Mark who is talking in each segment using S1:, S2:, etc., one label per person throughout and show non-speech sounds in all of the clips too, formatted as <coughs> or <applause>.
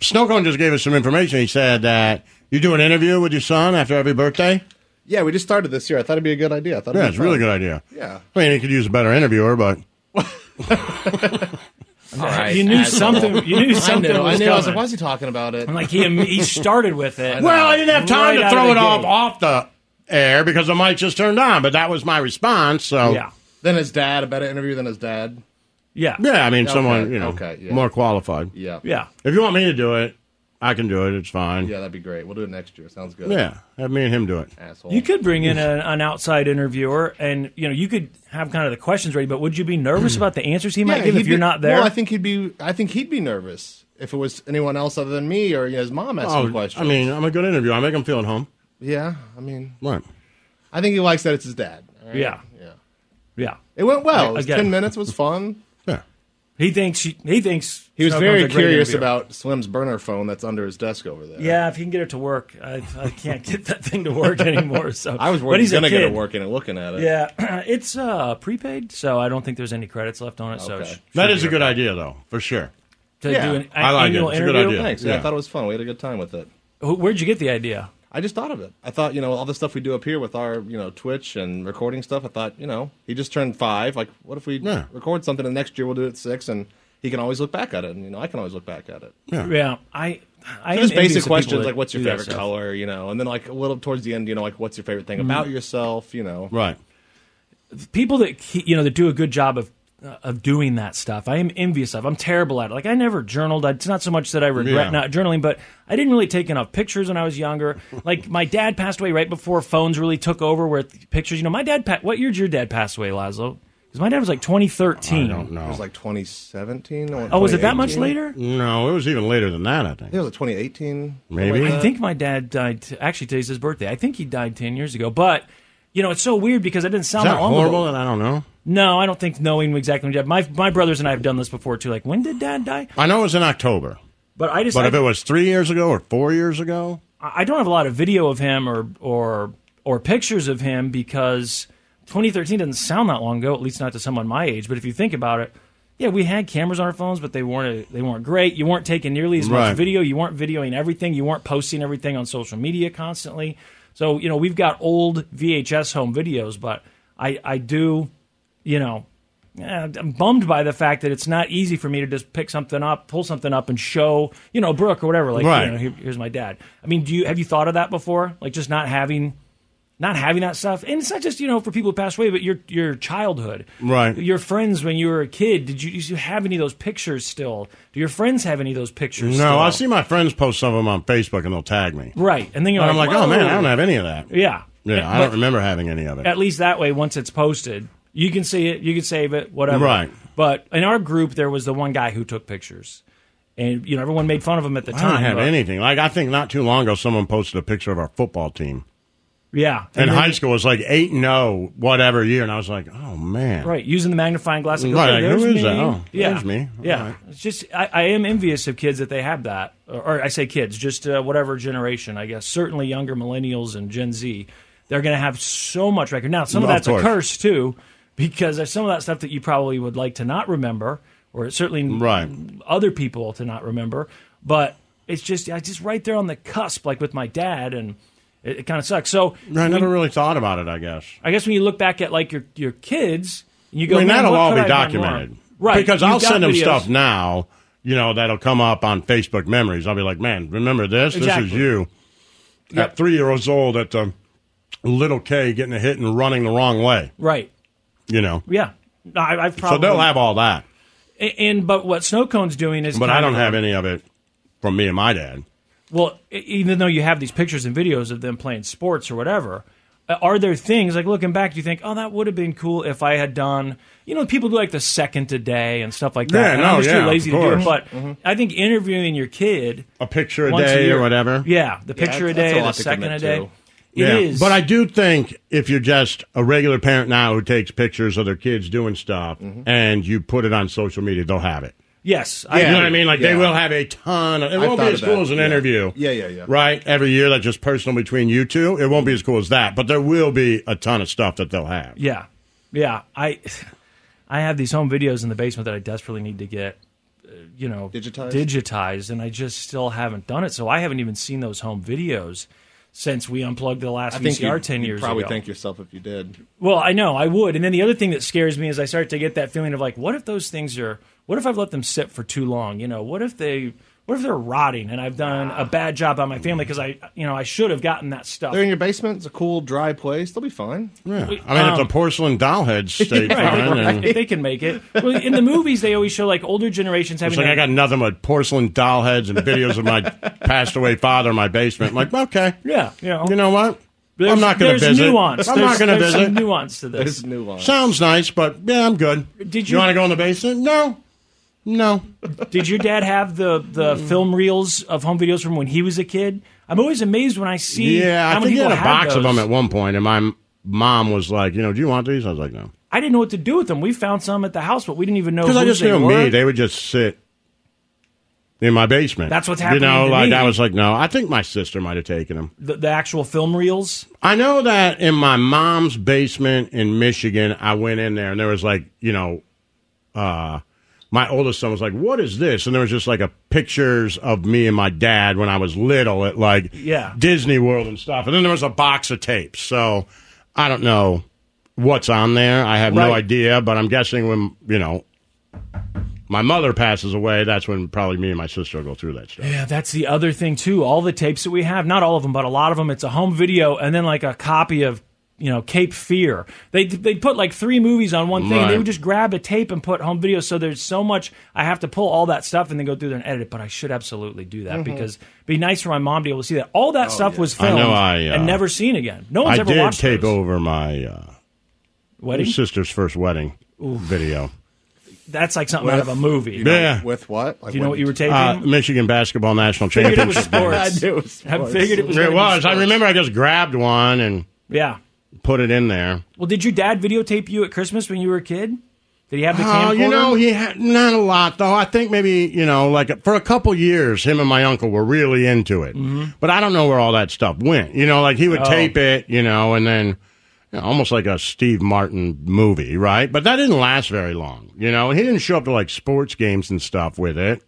S1: Snowcone just gave us some information. He said that you do an interview with your son after every birthday.
S2: Yeah, we just started this year. I thought it'd be a good idea. I thought it'd
S1: Yeah,
S2: be
S1: it's a really good
S2: fun.
S1: idea.
S2: Yeah.
S1: I mean, he could use a better interviewer, but
S3: All right,
S4: You knew
S3: asshole.
S4: something. You knew
S3: I
S4: something
S3: knew. I
S4: was
S3: knew. I was like,
S4: coming.
S3: why is he talking about it?
S4: Like he he started with it.
S1: well, I didn't have time
S4: Right
S1: to
S4: out
S1: throw
S4: of
S1: it
S4: the
S1: off
S4: gate.
S1: off the air because the mic just turned on. But that was my response. So
S4: Oh. Yeah.
S2: Then his dad, a better interview than his dad.
S4: Yeah.
S1: Yeah, I mean, someone
S2: Okay,
S1: you know
S2: okay, yeah.
S1: more qualified.
S2: Yeah.
S4: Yeah.
S1: If you want me to do it, I can do it. It's fine.
S2: Yeah, that'd be great. We'll do it next year. Sounds good.
S1: Yeah, have me and him do it.
S2: Asshole.
S4: You could bring in a, an outside interviewer, and you know you could have kind of the questions ready. But would you be nervous about the answers he might give
S2: he'd
S4: if you're
S2: be-
S4: not there?
S2: Well, I think he'd be I think he'd be nervous if it was anyone else other than me or you know, his mom asked him
S1: Oh,
S2: questions.
S1: I mean, I'm a good interviewer. I make him feel at home.
S2: Yeah, I mean
S1: Right.
S2: I think he likes that it's his dad. All right?
S4: Yeah.
S2: Yeah.
S4: yeah.
S2: It went well. It was
S4: Again.
S2: ten minutes, it was fun.
S1: <laughs> Yeah.
S4: He thinks he, he thinks
S2: He was
S4: Snowcone's a
S2: very
S4: great
S2: curious
S4: interviewer.
S2: about Slim's burner phone that's under his desk over there.
S4: Yeah, if he can get it to work, I, I can't get that thing to work anymore. So
S2: I was
S4: But
S2: worried he's
S4: a
S2: gonna get
S4: kid.
S2: it working and looking at it.
S4: Yeah, <clears throat> it's uh, prepaid, so I don't think there's any credits left on it. So
S2: Okay.
S4: sh-
S1: That is a good idea, though, for sure.
S4: to
S2: Yeah.
S4: do an
S1: I like it.
S4: annual
S1: It's a good
S4: interview.
S1: idea.
S2: Thanks. Yeah,
S1: Yeah.
S2: I thought it was fun. We had a good time with it.
S4: Wh- Where'd you get the idea?
S2: I just thought of it. I thought, you know, all the stuff we do up here with our, you know, Twitch and recording stuff. I thought, you know, he just turned five. Like, what if we
S1: Yeah.
S2: record something and next year we'll do it at six and he can always look back at it and, you know, I can always look back at it.
S1: Yeah.
S4: Yeah, I. I
S2: Just
S4: am envious of
S2: basic
S4: people
S2: questions
S4: that
S2: like, what's your
S4: do that
S2: favorite
S4: stuff. Mm.
S2: color, you know, and then like a little towards the end, you know, like, what's your favorite thing about yourself, you know.
S1: Right.
S4: people that ke- you know that do a good job of uh, of doing that stuff. I am envious of. I'm terrible at it. Like I never journaled. It's not so much that I regret
S1: Yeah.
S4: not journaling, but I didn't really take enough pictures when I
S1: <laughs>
S4: was younger. like my dad passed away right before phones really took over where th- pictures, you know, my dad pa- what year did your dad pass away, Laszlo? Cuz my dad was like 2013.
S1: I don't know.
S2: It was like 2017.
S4: Oh, was it that much later?
S1: no, it was even later than that, I
S2: It
S1: think.
S2: was like 2018.
S1: Maybe.
S4: I think my dad died t- actually today's his birthday. I think he died 10 years ago, but you know, it's so weird because I didn't
S1: Is
S4: sound
S1: that
S4: long ago.
S1: horrible? And I don't know.
S4: No, I don't think knowing exactly when dad. My my brothers and I have done this before too. Like, when did dad die?
S1: I know it was in October,
S4: But I just
S1: but
S4: I,
S1: if it was three years ago or four years ago,
S4: I don't have a lot of video of him or or or pictures of him because 2013 doesn't sound that long ago, at least not to someone my age. But if you think about it, yeah, we had cameras on our phones, but they weren't they weren't great. You weren't taking nearly as
S1: Right.
S4: much video. You weren't videoing everything. You weren't posting everything on social media constantly. So you know we've got old VHS home videos, but I I do you know. eh, I'm bummed by the fact that it's not easy for me to just pick something up, pull something up, and show, you know, Brooke or whatever. Like, you
S1: Right.
S4: know, here- here's my dad. I mean, do you have you thought of that before? Like just not having not having that stuff. And it's not just, you know, for people who passed away, but your your childhood.
S1: Right.
S4: Your friends when you were a kid, did you, did you have any of those pictures still? Do your friends have any of those pictures
S1: no,
S4: still?
S1: I see my friends post some of them on Facebook and they'll tag me.
S4: Right. And then you're
S1: But
S4: like,
S1: I'm like,
S4: "Whoa."
S1: oh man, I don't have any of that.
S4: Yeah.
S1: Yeah, I
S4: But
S1: don't remember having any of it.
S4: At least that way once it's posted, You can see it, you can save it, whatever.
S1: Right.
S4: But in our group, there was the one guy who took pictures, and you know everyone made fun of him at the
S1: I
S4: time.
S1: don't have
S4: but-
S1: anything. Like I think not too long ago, someone posted a picture of our football team.
S4: Yeah.
S1: In
S4: And then-
S1: high school, it was like eight and zero, whatever year, and I was like, oh man,
S4: Right, using the magnifying glass. Like, okay,
S1: Right, like,
S4: there's
S1: who is
S4: me.
S1: that? Oh,
S4: yeah,
S1: there's me. All
S4: Yeah,
S1: right.
S4: it's just I, I am envious of kids that they have that, or, or I say kids, just uh, whatever generation, I guess. Certainly younger millennials and Gen Z, they're going to have so much record. Now, some of
S1: Of
S4: that's
S1: course.
S4: a curse too, because there's some of that stuff that you probably would like to not remember, or certainly
S1: Right.
S4: other people to not remember. But it's just I just right there on the cusp, like with my dad, and it, it kind of sucks. So
S1: I never really thought about it. I guess.
S4: I guess when you look back at like your your kids, you go.
S1: I mean,
S4: "Man,
S1: that'll
S4: what
S1: all
S4: could
S1: be
S4: I have done wrong?"
S1: documented,
S4: right?
S1: Because
S4: you've
S1: I'll
S4: got
S1: send them
S4: videos.
S1: stuff now. You know that'll come up on Facebook memories. I'll be like, man, remember this? This
S4: Exactly.
S1: is you at
S4: Yep.
S1: three years old at the little K getting a hit and running the wrong way.
S4: Right?
S1: You know,
S4: Yeah. No, I, I've
S1: so
S4: probably
S1: they'll have all that,
S4: A- and but what snow cone's doing is
S1: but
S4: kind
S1: I don't
S4: of-
S1: have any of it from me and my dad.
S4: Well, e- even though you have these pictures and videos of them playing sports or whatever, uh, are there things like looking back? Do you think, oh, that would have been cool if I had done? You know, people do like the second a day and stuff like that.
S1: Yeah,
S4: and
S1: no,
S4: I'm just
S1: yeah,
S4: too lazy
S1: of
S4: to do
S1: course.
S4: it. But
S2: Mm-hmm.
S4: I think interviewing your kid
S1: A picture a
S4: once
S1: day
S4: year-
S1: or whatever.
S4: Yeah, the
S2: Yeah,
S4: picture a
S2: that's a
S4: day, the
S2: lot to
S4: second a
S2: commit
S4: day.
S2: to.
S4: It is.
S1: yeah. But I do think if you're just a regular parent now who takes pictures of their kids doing stuff and you put it on social media, they'll have it.
S4: yes,
S1: You
S4: I
S1: know what I mean? Like they
S2: Yeah.
S1: will have a ton of. It won't be
S2: thought
S1: as
S2: of
S1: cool
S2: that,
S1: as an
S2: yeah.
S1: interview.
S2: Yeah, yeah, yeah.
S1: Right, every year that's just personal between you two. It won't be as cool as that, but there will be a ton of stuff that they'll have.
S4: Yeah, yeah. I <sighs> I have these home videos in the basement that I desperately need to get, uh, you know,
S2: Digitized?
S4: digitized, and I just still haven't done it. So I haven't even seen those home videos since we unplugged the last
S2: I think
S4: VCR
S2: you'd-
S4: ten
S2: you'd
S4: years
S2: probably
S4: ago.
S2: thank yourself if you did.
S4: Well, I know I would. And then the other thing that scares me is I start to get that feeling of like, what if those things are? What if I've let them sit for too long? You know, what if they? What if they're rotting and I've done
S2: Ah.
S4: a bad job on my family because I, you know, I should have gotten that stuff.
S2: They're in your basement. It's a cool, dry place. They'll be fine.
S1: Yeah. I mean, if the porcelain doll
S4: <laughs>
S1: head stayed
S4: um, Right,
S1: fine, and
S4: if they can make it. Well, in the movies, they always show like older generations having.
S1: it's like
S4: that-
S1: I got nothing but porcelain doll heads and videos
S4: <laughs>
S1: of my passed away father in my basement. I'm like, okay,
S4: yeah, you know,
S1: you know what? I'm
S4: There's-
S1: not going to
S4: there's
S1: visit.
S4: Nuance.
S1: I'm
S4: there's,
S1: not going to
S4: there's
S1: visit.
S4: Some nuance to this.
S2: There's nuance.
S1: Sounds nice, but yeah, I'm good.
S4: Did
S1: you
S4: you-
S1: want to go in the basement? No, no.
S4: Did your dad have the the
S1: Mm.
S4: film reels of home videos from when he was a kid? I'm always amazed when I see.
S1: Yeah,
S4: how
S1: I
S4: many
S1: think he had
S4: people
S1: a box of
S4: those.
S1: them at one point, and my m- mom was like, "You know, do you want these?" I was like, "No,"
S4: I didn't know what to do with them. We found some at the house, but we didn't even know
S1: because I
S4: whose
S1: just
S4: they
S1: knew
S4: were.
S1: me. They would just sit in my basement.
S4: That's what's
S1: You know,
S4: happening to
S1: like
S4: me.
S1: I was like, "No," I think my sister might have taken them.
S4: the, the actual film reels.
S1: I know that in my mom's basement in Michigan, I went in there and there was like, you know, uh, my oldest son was like, "What is this?" And there was just like a pictures of me and my dad when I was little at like
S4: Yeah.
S1: Disney World and stuff. And then there was a box of tapes. So I don't know what's on there. I have no
S4: Right.
S1: idea, but I'm guessing when you know my mother passes away, that's when probably me and my sister will go through that stuff.
S4: Yeah, that's the other thing too. All the tapes that we have, not all of them, but a lot of them, it's a home video and then like a copy of you know Cape Fear. They they put like three movies on one thing. And
S1: Right.
S4: they would just grab a tape and put home video. So there's so much I have to pull all that stuff and then go through there and edit it. But I should absolutely do that because it'd be nice for my mom to be able to see that. All that stuff was
S1: I know
S4: filmed
S1: I, uh,
S4: and never seen again. No one's
S1: I
S4: ever
S1: did
S4: watched
S1: tape
S4: those.
S1: over my uh,
S4: wedding.
S1: Your sister's first wedding video.
S4: That's like something out of a movie.
S1: know, Yeah.
S2: With what? Like
S4: Do you know what you were taping?
S1: Uh, Michigan basketball national
S4: figured it was
S1: championship.
S4: sports.
S2: I knew it was
S4: I
S2: sports.
S4: figured it was. gonna
S1: It
S4: be
S1: was. I
S4: sports.
S1: remember I just grabbed one and
S4: Yeah.
S1: put it in there.
S4: Well, did your dad videotape you at Christmas when you were a kid? Did he have the
S1: Oh,
S4: camcorder?
S1: you know, he had not a lot though. I think maybe you know, like for a couple years, him and my uncle were really into it.
S4: Mm-hmm.
S1: But I don't know where all that stuff went. You know, like he would
S4: Oh.
S1: tape it, you know, and then you know, almost like a Steve Martin movie, right? But that didn't last very long. You know, and he didn't show up to like sports games and stuff with it.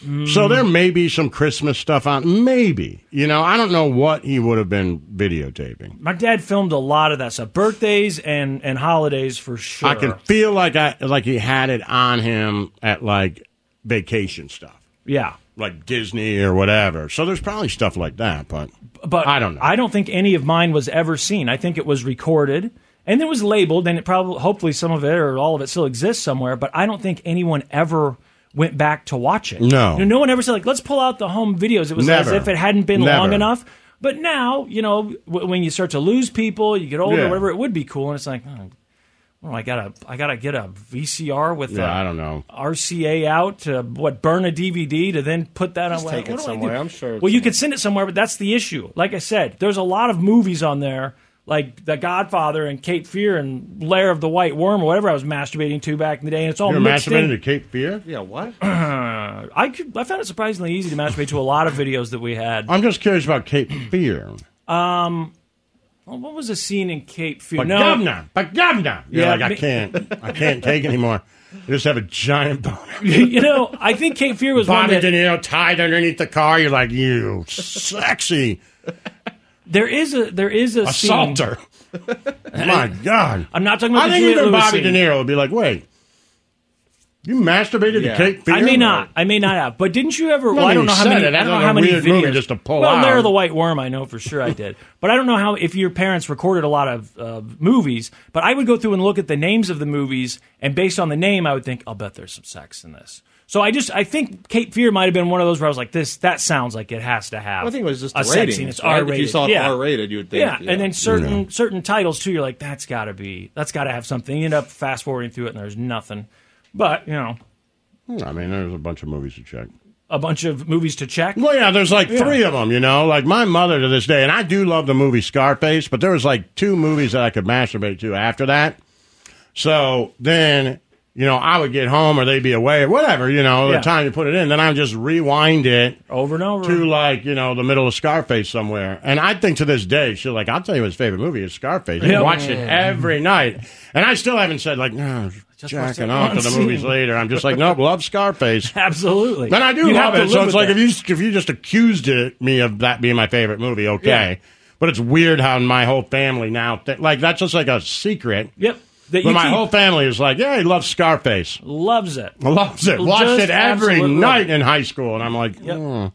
S1: So
S4: Mm.
S1: there may be some Christmas stuff on. Maybe you know, I don't know what he would have been videotaping.
S4: My dad filmed a lot of that stuff, birthdays and and holidays for sure.
S1: I can feel like I like he had it on him at like vacation stuff,
S4: yeah,
S1: like Disney or whatever. So there's probably stuff like that, but
S4: but
S1: I don't know.
S4: I don't think any of mine was ever seen. I think it was recorded and it was labeled, and it probably, hopefully, some of it or all of it still exists somewhere. But I don't think anyone ever went back to watch it.
S1: No.
S4: no, no one ever said like, let's pull out the home videos. It was
S1: Never.
S4: as if it hadn't been
S1: Never.
S4: long enough. But now, you know, w- when you start to lose people, you get older,
S1: Yeah.
S4: whatever, it would be cool, and it's like. oh, Oh, I gotta, I gotta get a VCR with
S1: Yeah, I
S4: a
S1: don't know.
S4: RCA out to what burn a DVD to then put that on.
S2: take
S4: what
S2: it
S4: do I
S2: somewhere.
S4: do?
S2: I'm sure it's
S4: Well, you could send it somewhere, but that's the issue. Like I said, there's a lot of movies on there, like The Godfather and Cape Fear and Lair of the White Worm or whatever I was masturbating to back in the day, and it's all
S1: You're
S4: mixed
S1: masturbating
S4: in.
S1: to Cape Fear?
S2: Yeah, what?
S4: I could, I found it surprisingly easy to masturbate to a lot of videos that we had.
S1: <clears throat> I'm just curious about Cape Fear.
S4: Well, Oh, what was the scene in Cape Fear?
S1: But
S4: no,
S1: governor, but governor. You're
S4: Yeah,
S1: like, I
S4: me-
S1: can't, I
S4: <laughs>
S1: can't take anymore. I just have a giant <laughs> boner.
S4: you know, I think Cape Fear was one
S1: Bobby
S4: that,
S1: De Niro tied underneath the car. You're like, you sexy
S4: there is a there is a scene- <laughs>
S1: assaulter. My God.
S4: I'm not talking
S1: I
S4: about the
S1: think
S4: Juliette
S1: even
S4: Lewis
S1: Bobby
S4: scene.
S1: De Niro would be like, wait, you masturbated to
S2: Yeah.
S1: Cape Fear?
S4: I uh, may not. I may not have. But didn't
S1: <laughs>
S4: you ever? Well, I
S1: that
S4: don't
S1: you
S4: know how
S1: said
S4: many.
S1: it.
S4: I
S1: That's
S4: don't know
S1: like
S4: how
S1: a
S4: many
S1: weird
S4: videos.
S1: movie just to pull
S4: well, there
S1: out.
S4: the White Worm. I know for sure I did. but I don't know how if your parents recorded a lot of uh, movies. But I would go through and look at the names of the movies, and based on the name, I would think, I'll bet there's some sex in this. So I just I think Cape Fear might have been one of those where I was like, this that sounds like it has to have.
S2: I think it was just
S4: a
S2: the
S4: sex
S2: ratings.
S4: scene. It's
S2: right?
S4: R rated.
S2: If you saw it
S4: yeah.
S2: R-rated, you would think.
S4: yeah. and then certain certain titles too. You're like, that's got to be that's got to have something. You end up fast forwarding through it, and there's nothing. But you know,
S1: I mean, there's a bunch of movies to check.
S4: a bunch of movies to check.
S1: Well, Oh, yeah, there's like three of them, you know. Like my mother to this day, and I do love the movie Scarface, but there was like two movies that I could masturbate to after that. So then, you know, I would get home or they'd be away, whatever, you know,
S4: Yeah.
S1: the time you put it in. Then I would just rewind it
S4: Over and over.
S1: to like, you know, the middle of Scarface somewhere. And I think to this day, she's like, I'll tell you his favorite movie is Scarface. He
S4: Yeah.
S1: watched it every night. And I still haven't said, like, no,
S4: watched
S1: jacking
S4: that
S1: off to
S4: one
S1: the movies
S4: scene.
S1: later. I'm just like, nope, love Scarface.
S4: <laughs> Absolutely.
S1: And I do
S4: You have
S1: love
S4: to
S1: it. So
S4: live
S1: it's
S4: with
S1: like
S4: that.
S1: if you if you just accused it, me of that being my favorite movie, okay. But it's weird how my whole family now th- like that's just like a secret.
S4: Yep. That
S1: But
S4: you
S1: my
S4: keep
S1: whole family is like, yeah, he loves Scarface.
S4: loves it.
S1: Loves it.
S4: Just
S1: Watched it every
S4: absolutely
S1: night in high school, and I'm like,
S4: Yep.
S1: hmm.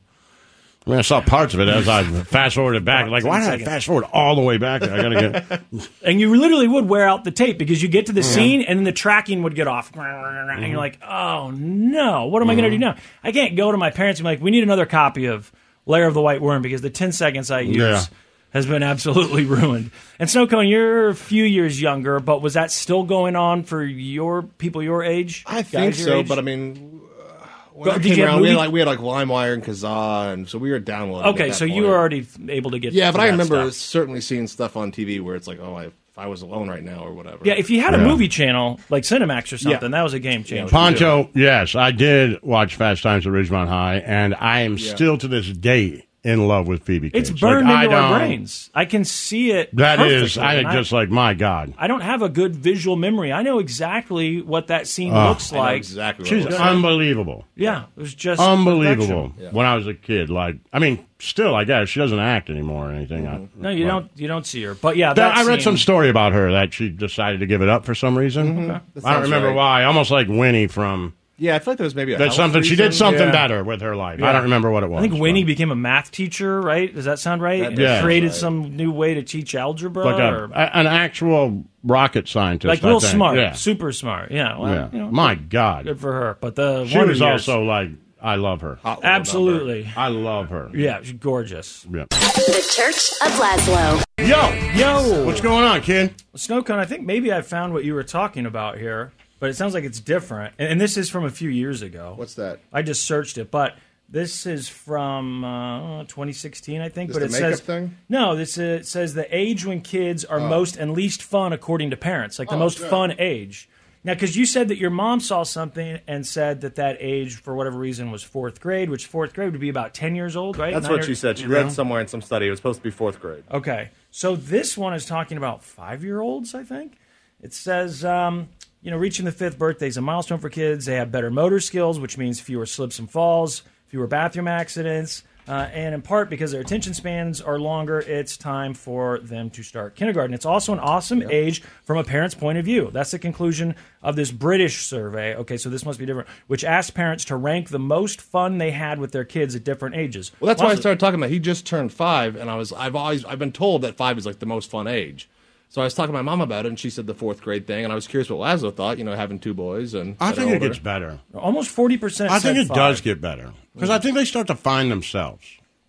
S1: I mean, I saw parts of it as I fast forwarded back. Like, why did I fast forward all the way back? there? I gotta get.
S4: And you literally would wear out the tape because you get to the scene and then the tracking would get off. And you're like, oh no, what am I going to do now? I can't go to my parents and be like, we need another copy of Lair of the White Worm because the 10 seconds I use
S1: Yeah.
S4: has been absolutely <laughs> ruined. And Snowcone, you're a few years younger, but was that still going on for your people your age?
S2: I think
S4: Guys your
S2: so,
S4: age?
S2: but I mean, uh, when I
S4: did you
S2: came
S4: have
S2: around, we had
S4: movie-
S2: like we had like LimeWire and Kazaa, and so we were downloading. at
S4: Okay,
S2: that
S4: so you
S2: point.
S4: were already able to get
S2: Yeah,
S4: to
S2: but I
S4: that
S2: remember
S4: stuff.
S2: certainly seeing stuff on TV where it's like, oh, I, if I was alone right now or whatever.
S4: Yeah, if you had a movie channel like Cinemax or something,
S2: Yeah.
S4: that was a game changer.
S1: Poncho, yes, I did watch Fast Times at Ridgemont High, and I am still to this day in love with Phoebe.
S4: It's
S1: Cates.
S4: burned
S1: Like, I
S4: into our
S1: don't-
S4: brains. I can see it.
S1: That is,
S4: perfectly,
S1: I
S4: and
S1: just like my God,
S4: I don't have a good visual memory. I know exactly what that scene looks
S2: I know
S4: like.
S2: exactly.
S1: she's
S2: what it was.
S1: unbelievable,
S4: Yeah, it was just
S1: unbelievable.
S4: perfection.
S1: When I was a kid, like I mean, still, I guess she doesn't act anymore or anything. I-
S4: No, you
S1: but-
S4: don't. You don't see her, but yeah,
S1: There-
S4: Mm-hmm. that
S1: I read
S4: scene- Mm-hmm.
S1: some story about her that she decided to give it up for some reason. I don't
S2: sounds
S1: remember
S2: right.
S1: why. Almost like Winnie from
S2: Yeah, I feel like there was maybe a
S1: that
S2: health
S1: something. She did
S2: reason.
S1: something
S2: Yeah.
S1: better with her life. I don't remember what it was.
S4: I think Winnie
S1: but-
S4: became a math teacher, right? Does that sound right?
S2: That
S4: And
S1: does sound
S4: created
S2: right.
S4: some new way to teach algebra,
S1: like a,
S4: or,
S1: a- an actual rocket scientist,
S4: like
S1: I
S4: real
S1: think.
S4: smart,
S1: Yeah.
S4: super smart. Yeah, well,
S1: Yeah.
S4: you know,
S1: My God,
S4: good for her. But the
S1: she
S4: Wonder
S1: was
S4: Years-
S1: also like, I love her.
S2: Hot little number.
S4: absolutely,
S1: I love her.
S4: yeah, she's gorgeous.
S1: Yeah.
S3: The Church of Laszlo.
S1: Yo,
S4: Yo,
S1: what's going on, kid?
S4: Snowcone, I think maybe I found what you were talking about here, but it sounds like it's different. And, and this is from a few years ago.
S2: What's that?
S4: I just searched it, but this is from uh, 2016, I think.
S2: This
S4: but
S2: the
S4: it
S2: makeup
S4: says
S2: thing? Oh.
S4: no. This is, it says the age when kids are most and least fun according to parents, like the most fun age. Now, because you said that your mom saw something and said that that age, for whatever reason, was fourth grade, which fourth grade would be about 10 years old, right?
S2: That's
S4: Nine
S2: what
S4: or-
S2: she said. She
S4: Yeah.
S2: read somewhere in some study. It was supposed to be fourth grade.
S4: Okay. So this one is talking about five year olds, I think. It says, um, you know, reaching the fifth birthday is a milestone for kids. They have better motor skills, which means fewer slips and falls, fewer bathroom accidents. Uh, and in part because their attention spans are longer, it's time for them to start kindergarten. It's also an awesome age from a parent's point of view. That's the conclusion of this British survey. Okay, so this must be different, which asked parents to rank the most fun they had with their kids at different ages.
S2: Well, that's why I
S4: Lots of-
S2: started talking about. He just turned five, and I was I've always I've been told that five is like the most fun age. So I was talking to my mom about it, and she said the fourth grade thing, and I was curious what Lazo thought. You know, having two boys and
S1: I
S2: and
S1: think it
S2: older.
S1: gets better.
S4: Almost forty percent.
S1: I think it does get better because I think they start to find themselves.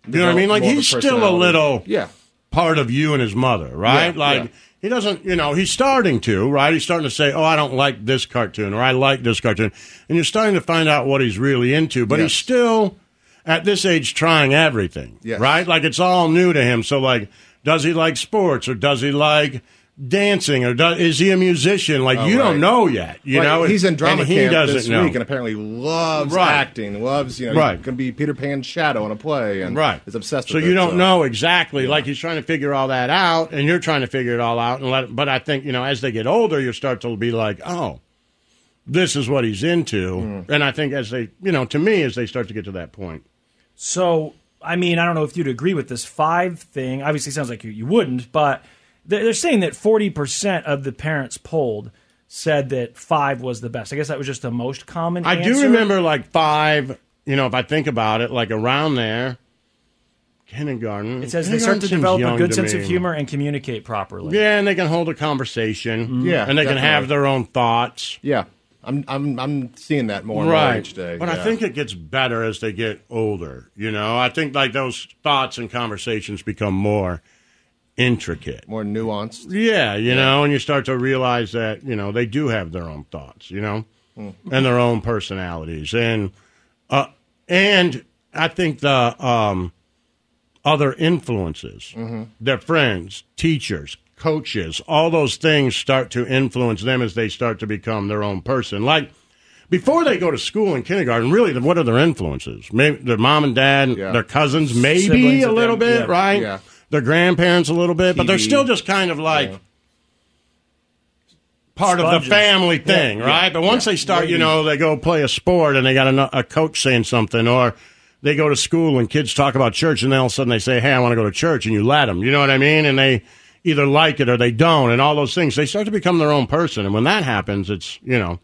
S1: You know what I mean? Like
S2: More of a
S1: he's still a
S2: personality.
S1: little
S2: Yeah.
S1: part of you and his mother, right?
S2: Yeah,
S1: like
S2: yeah.
S1: He doesn't, you know, he's starting to, right? He's starting to say, oh, I don't like this cartoon or I like this cartoon. And you're starting to find out what he's really into, but
S5: Yes.
S1: he's still at this age trying everything,
S5: Yes.
S1: right? Like it's all new to him. So, like, does he like sports or does he like dancing or does, is he a musician? Like,
S5: Oh,
S1: you
S5: right.
S1: don't know yet. You
S5: Right,
S1: know,
S5: he's in drama
S1: and he
S5: camp
S1: doesn't
S5: this
S1: know.
S5: week, and apparently loves
S1: Right.
S5: acting, loves you know,
S1: Right.
S5: Going to be Peter Pan's shadow in a play, and
S1: Right.
S5: is obsessed.
S1: So
S5: with
S1: you
S5: it,
S1: don't
S5: so.
S1: know exactly. Like he's trying to figure all that out, and you're trying to figure it all out. And let, but I think you know, as they get older, you start to be like, oh, this is what he's into.
S5: Mm.
S1: And I think as they, you know, to me, as they start to get to that point,
S4: So, I mean, I don't know if you'd agree with this five thing. Obviously, it sounds like you, you wouldn't, but they're, they're saying that 40% of the parents polled said that five was the best. I guess that was just the most common
S1: I do
S4: answer.
S1: remember like five. You know, if I think about it, like around there, kindergarten.
S4: It says they start to
S1: kindergarten seems
S4: develop a
S1: young
S4: good
S1: to
S4: sense
S1: me.
S4: of humor and communicate properly.
S1: Yeah, and they can hold a conversation.
S4: Mhm. Yeah,
S1: and they can have
S5: Mm-hmm. definitely.
S1: their own thoughts.
S5: Yeah, I'm I'm I'm seeing that more and more each day.
S1: But
S5: yeah.
S1: I think it gets better as they get older. You know, I think like those thoughts and conversations become more intricate,
S5: more nuanced.
S1: Yeah, you know, and you start to realize that you know they do have their own thoughts, you know,
S5: Mm.
S1: and their own personalities, and uh, and I think the um, other influences, their friends, teachers. Coaches, all those things start to influence them as they start to become their own person. Like before they go to school in kindergarten, really, the- what are their influences? Maybe their mom and dad, their cousins, maybe
S5: Siblings
S1: a
S5: of
S1: little
S5: them,
S1: bit,
S5: yeah,
S1: right?
S5: yeah.
S1: Their grandparents a little bit, but they're
S5: TV.
S1: still just kind of like part of the
S5: Sponges.
S1: family thing,
S5: Yeah,
S1: right?
S5: yeah,
S1: but once
S5: yeah.
S1: they start, you
S5: Maybe.
S1: know, they go play a sport and they got a, a coach saying something, or they go to school and kids talk about church, and then all of a sudden they say, "Hey, I want to go to church," and you let them. You know what I mean? And they either like it or they don't, and all those things. They start to become their own person, and when that happens, it's you know,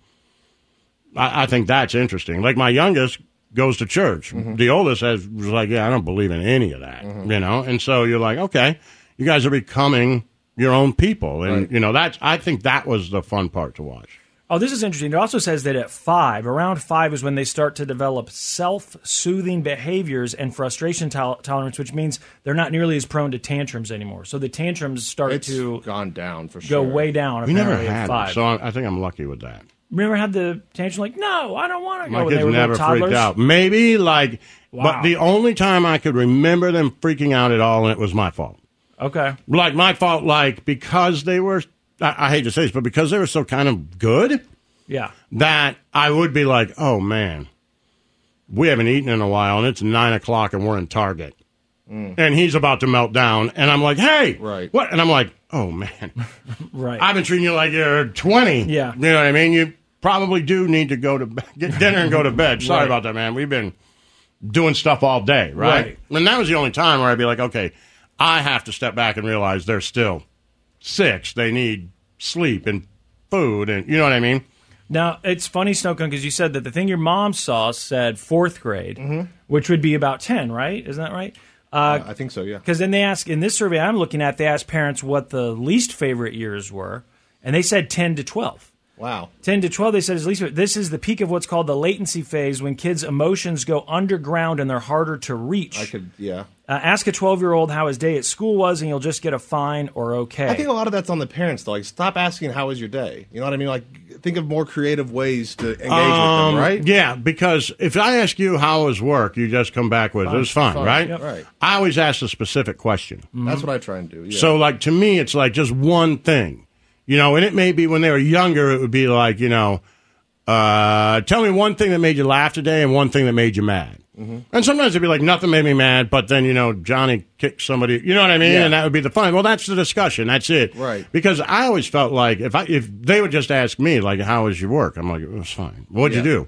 S1: I, I think that's interesting. Like my youngest goes to church. The oldest has was like, "Yeah, I don't believe in any of that," you know. And so you're like, okay, you guys are becoming your own people, and you know that's. I think that was the fun part to watch.
S4: Oh, this is interesting. It also says that at five, around five is when they start to develop self soothing behaviors and frustration tol- tolerance, which means they're not nearly as prone to tantrums anymore. So the tantrums start
S5: It's
S4: to
S5: gone down for
S4: go
S5: sure.
S4: way down.
S1: We never
S4: apparently, at
S1: had
S4: five.
S1: it, so I, I think I'm lucky with that.
S4: We never had the tantrum like, no, I don't want to go.
S1: My
S4: when
S1: kids
S4: they were little
S1: never freaked
S4: toddlers.
S1: out. Maybe like,
S4: Wow.
S1: but the only time I could remember them freaking out at all, and it was my fault.
S4: Okay.
S1: Like my fault, like because they were. I, I hate to say this, but because they were so kind of good.
S4: Yeah.
S1: that I would be like, oh man, we haven't eaten in a while, and it's nine o'clock, and we're in Target, and he's about to melt down, and I'm like, hey, Mm. right, what? And I'm like, oh <laughs> man,
S4: right,
S1: I've been treating you like you're twenty,
S5: Yeah.
S1: you know what I mean? You probably do need to go to be- get dinner and go to <laughs> bed. Sorry
S5: Right.
S1: about that, man. We've been doing stuff all day, right?
S5: Right.
S1: And that was the only time where I'd be like, okay, I have to step back and realize they're still six. They need sleep and food, and you know what I mean.
S4: Now it's funny, Snowcone, because you said that the thing your mom saw said fourth grade, which would be about ten, right? Isn't that right? Uh,
S5: I think so. Yeah.
S4: Because then they ask in this survey I'm looking at, they asked parents what the least favorite years were, and they said ten to twelve.
S5: Wow.
S4: 10 to 12 they said is least this is the peak of what's called the latency phase when kids emotions go underground and they're harder to reach
S5: I could. Yeah.
S4: uh, ask a 12 year old how his day at school was and you'll just get a fine or okay
S5: I think a lot of that's on the parents though. Like, stop asking how was your day. You know what I mean? Like, think of more creative ways to engage with
S1: Um,
S5: them. Right.
S1: Yeah, because if I ask you how was work, you just come back with it was fine, right?
S5: Right.
S1: I always ask a specific question.
S5: That's what I try and do. Yeah.
S1: So, like to me, it's like just one thing, you know. And it may be when they were younger, it would be like you know, uh, tell me one thing that made you laugh today and one thing that made you mad.
S5: Mm-hmm.
S1: And sometimes it'd be like nothing made me mad, but then you know Johnny kicked somebody. You know what I mean?
S5: Yeah.
S1: And that would be the fun. Well, that's the discussion. That's it.
S5: Right.
S1: Because I always felt like if I if they would just ask me like how was your work, I'm like it was fine. What'd you
S5: Yeah.
S1: do?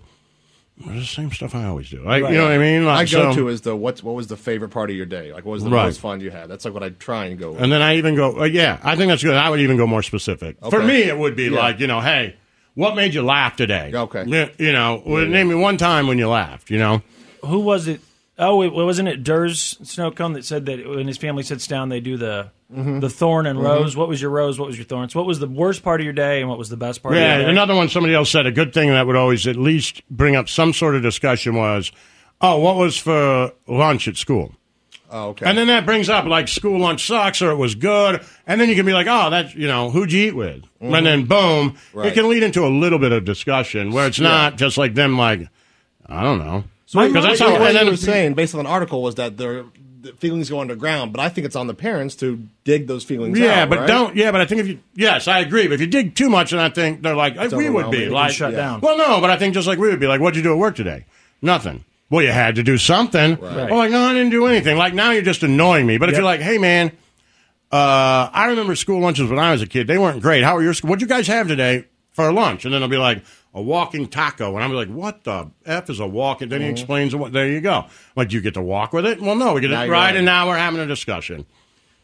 S1: Well, the same stuff I always do. Like, You know what I mean? Like,
S5: I go
S1: so-
S5: to is the what's what was the favorite part of your day? Like, what was the
S1: Right.
S5: most fun you had? That's like what I try and go. With.
S1: And then I even go, uh, yeah, I think that's good. I would even go more specific. For
S5: Okay.
S1: me, it would be
S5: Yeah.
S1: like, you know, hey, what made you laugh today?
S5: Okay.
S1: You, you know, well, name me one time when you laughed, you know?
S4: who was it oh it wasn't it durs snowcone that said that when his family sits down they do the the thorn and
S1: Mhm.
S4: rose what was your rose what was your thorns what was the worst part of your day and what was the best part
S1: yeah,
S4: of your day
S1: another one somebody else said a good thing that would always at least bring up some sort of discussion was, oh, what was for lunch at school?
S2: Oh, okay.
S1: And then that brings up like school lunch sucks or it was good, and then you can be like, oh, that's you know who'd you eat with,
S5: Mhm.
S2: Mm-hmm.
S1: and then boom,
S5: Right.
S1: it can lead into a little bit of discussion where it's not
S5: Yeah.
S1: just like them like, I don't know,
S2: So wait,
S1: because that's
S2: what,
S1: how
S2: what
S1: and
S2: you
S1: then-
S2: were saying based on an article was that their the feelings go underground, but I think it's on the parents to dig those feelings out.
S1: Yeah, but
S2: right?
S1: don't. Yeah, but I think if you. Yes, I agree. But if you dig too much, and I think they're like uh,
S2: It's
S1: we would
S2: overwhelming.
S1: be
S2: You can
S1: like
S2: shut down.
S1: Well, no, but I think just like we would be like, what'd you do at work today? Nothing. Well, you had to do something.
S5: Right.
S1: Well, like no, I didn't do anything. Like now you're just annoying me. But if
S5: Yep.
S1: you're like, hey man, uh, I remember school lunches when I was a kid. They weren't great. How were your? sc- What'd you guys have today for lunch? And then I'll be like. A walking taco, and I'm like, "What the f is a walking?" Then he
S5: Mhm.
S2: Mm-hmm.
S1: explains, "What? There you go. Like, do you get to walk with it? Well, no, we get
S4: Now
S1: to
S4: you're
S1: ride,
S4: in.
S1: and now we're having a discussion.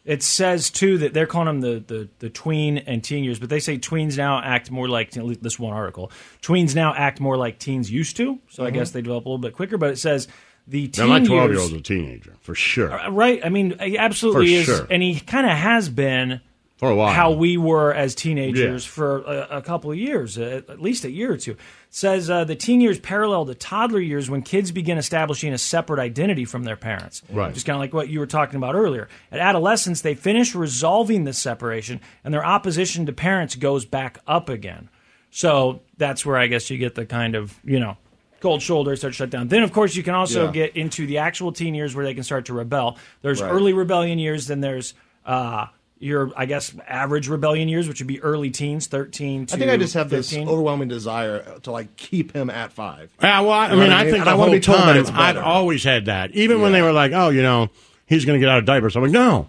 S4: It says too that they're calling them the, the, the tween and teen years, but they say tweens now act more like at least this one article. Tweens now act more like teens used to, so I
S1: Mhm.
S4: guess they develop a little bit quicker. But it says the teen
S1: Now, my
S4: years-
S1: 12 year old's a teenager for sure.
S4: right? I mean, he absolutely
S1: For
S4: is,
S1: sure.
S4: and he kind of has been
S1: for a while.
S4: How we were as teenagers for a, a couple of years, uh, at least a year or two. It says uh, the teen years parallel the toddler years when kids begin establishing a separate identity from their parents.
S5: Right.
S4: Just kind of like what you were talking about earlier. At adolescence, they finish resolving this separation, and their opposition to parents goes back up again. So that's where I guess you get the kind of you know cold shoulder start to shut down. Then of course you can also
S5: Yeah.
S4: get into the actual teen years where they can start to rebel. There's
S5: Right.
S4: early rebellion years, then there's uh, your I guess average rebellion years, which would be early teens, thirteen. To
S2: I think I just have
S4: 15.
S2: this overwhelming desire to like keep him at five.
S1: Yeah, well, I,
S2: You know
S1: I mean,
S2: what
S1: I think
S2: And
S1: the
S2: I
S1: whole
S2: want to be told that
S1: time
S2: it's
S1: I'd
S2: better.
S1: always had that. Even when they were like, "Oh, you know, he's going to get out of diapers," I'm like, "No,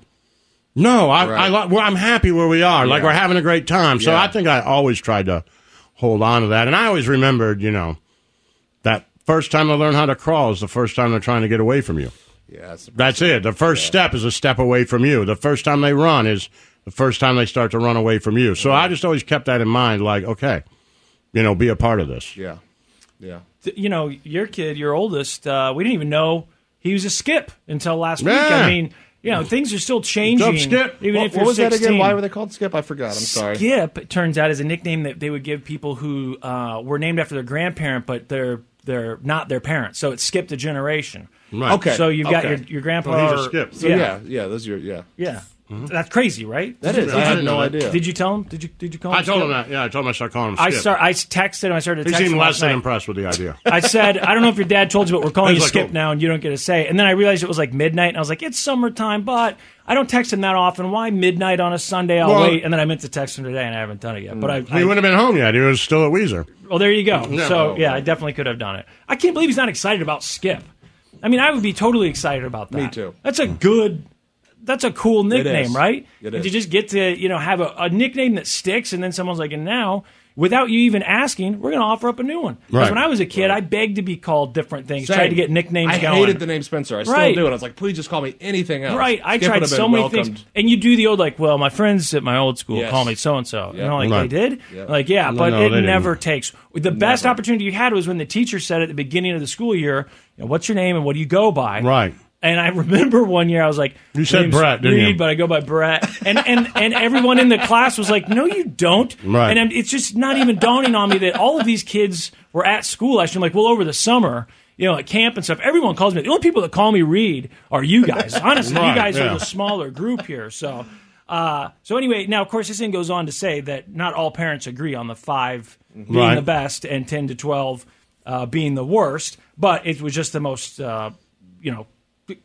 S1: no, I, I, lo- well, I'm happy where we are. Like
S5: Yeah.
S1: we're having a great time." So
S5: Yeah.
S1: I think I always tried to hold on to that, and I always remembered, you know, that first time they learn how to crawl is the first time they're trying to get away from you.
S2: Yeah, that's,
S1: That's it. The first step is a step away from you. The first time they run is the first time they start to run away from you. So I just always kept that in mind. Like, okay, you know, be a part of this.
S2: yeah, yeah.
S4: th- you know, your kid, your oldest, uh, we didn't even know he was a skip until last week.
S2: Yeah.
S4: I mean, you know, things are still changing. Even
S2: what,
S4: if you're
S2: what was that again?
S4: 16.
S2: Why were they called Skip? I forgot. I'm sorry.
S4: Skip, it turns out, is a nickname that they would give people who uh, were named after their grandparent, but they're they're not their parents. So it skipped a generation.
S2: Right. Okay.
S4: So you've got
S2: Okay. Oh,
S4: your your grandpa.
S2: Well, he's a
S4: or-
S2: Skip. So, yeah, yeah, those are your- yeah. Mm-hmm.
S4: Yeah. That's crazy, right?
S2: That
S4: Did
S2: is.
S4: you-
S2: I had
S4: did you-
S2: no idea.
S4: Did you tell him? Did you did you call him?
S1: I told
S4: Skip?
S1: him that. Yeah, I told him I started calling him.
S4: I
S1: Skip.
S4: start. I texted him. I started.
S1: He
S4: texting
S1: seemed
S4: him
S1: less
S4: last
S1: than
S4: night.
S1: impressed with the idea.
S4: I said, I don't know if your dad told you, but we're calling you
S1: He's like,
S4: Skip
S1: "Oh."
S4: now, and you don't get to say. it." And then I realized it was like midnight, and I was like, it's summertime, but I don't text him that often. Why midnight on a Sunday? I'll
S1: Well-
S4: wait. And then I meant to text him today, and I haven't done it yet. <laughs> But I,
S1: he
S4: I-
S1: wouldn't have been home yet. He was still at Weezer.
S4: well, there
S2: <laughs>
S4: you go.
S1: Yeah.
S4: So yeah, I definitely could have done it. I can't believe he's not excited about Skip. I mean, I would be totally excited about that.
S2: Me too.
S4: That's a good. That's a cool
S2: It is.
S4: nickname, right?
S2: It
S4: And
S2: is.
S4: to just get to you know have a, a nickname that sticks, and then someone's like, and now without you even asking, we're going to offer up a new one. 'Cause
S2: Right.
S4: when I was a kid, I begged to be called different things,
S2: Same.
S4: tried to get nicknames
S2: I
S4: going.
S2: hated the name Spencer. I still
S4: Right.
S2: do, and I was like, please just call me anything else.
S4: Right, I
S2: Skip would
S4: tried
S2: have
S4: so
S2: been
S4: many
S2: welcomed.
S4: things, and you do the old like, well, my friends at my old school
S2: Yes.
S4: call me so and so, and
S2: Yep.
S4: I'm like,
S2: Right.
S4: they did,
S2: Yep.
S4: like, yeah,
S2: No,
S4: but
S2: no, they
S4: it
S2: didn't.
S4: never takes. The best opportunity you had was when the teacher said at the beginning of the school year, you know, "What's your name and what do you go by?" Right. And I <laughs> remember one year I was like,
S1: You said
S4: "Name's
S1: Brett, didn't you?"
S4: Reed, but I go by Brett, and and and everyone in the class was like, "No, you don't."
S1: Right.
S4: And I'm, it's just not even dawning on me that all of these kids were at school. Actually, I'm like, well, over the summer. You know, at camp and stuff, everyone calls me. The only people that call me Reed are
S2: <laughs>
S4: you guys. Honestly,
S5: Right,
S4: you guys
S5: yeah.
S4: are the smaller group here. So, uh, so anyway, now of course this thing goes on to say that not all parents agree on the five
S1: Mm-hmm.
S4: being
S5: Right.
S4: the best and ten to twelve uh, being the worst, but it was just the most uh, you know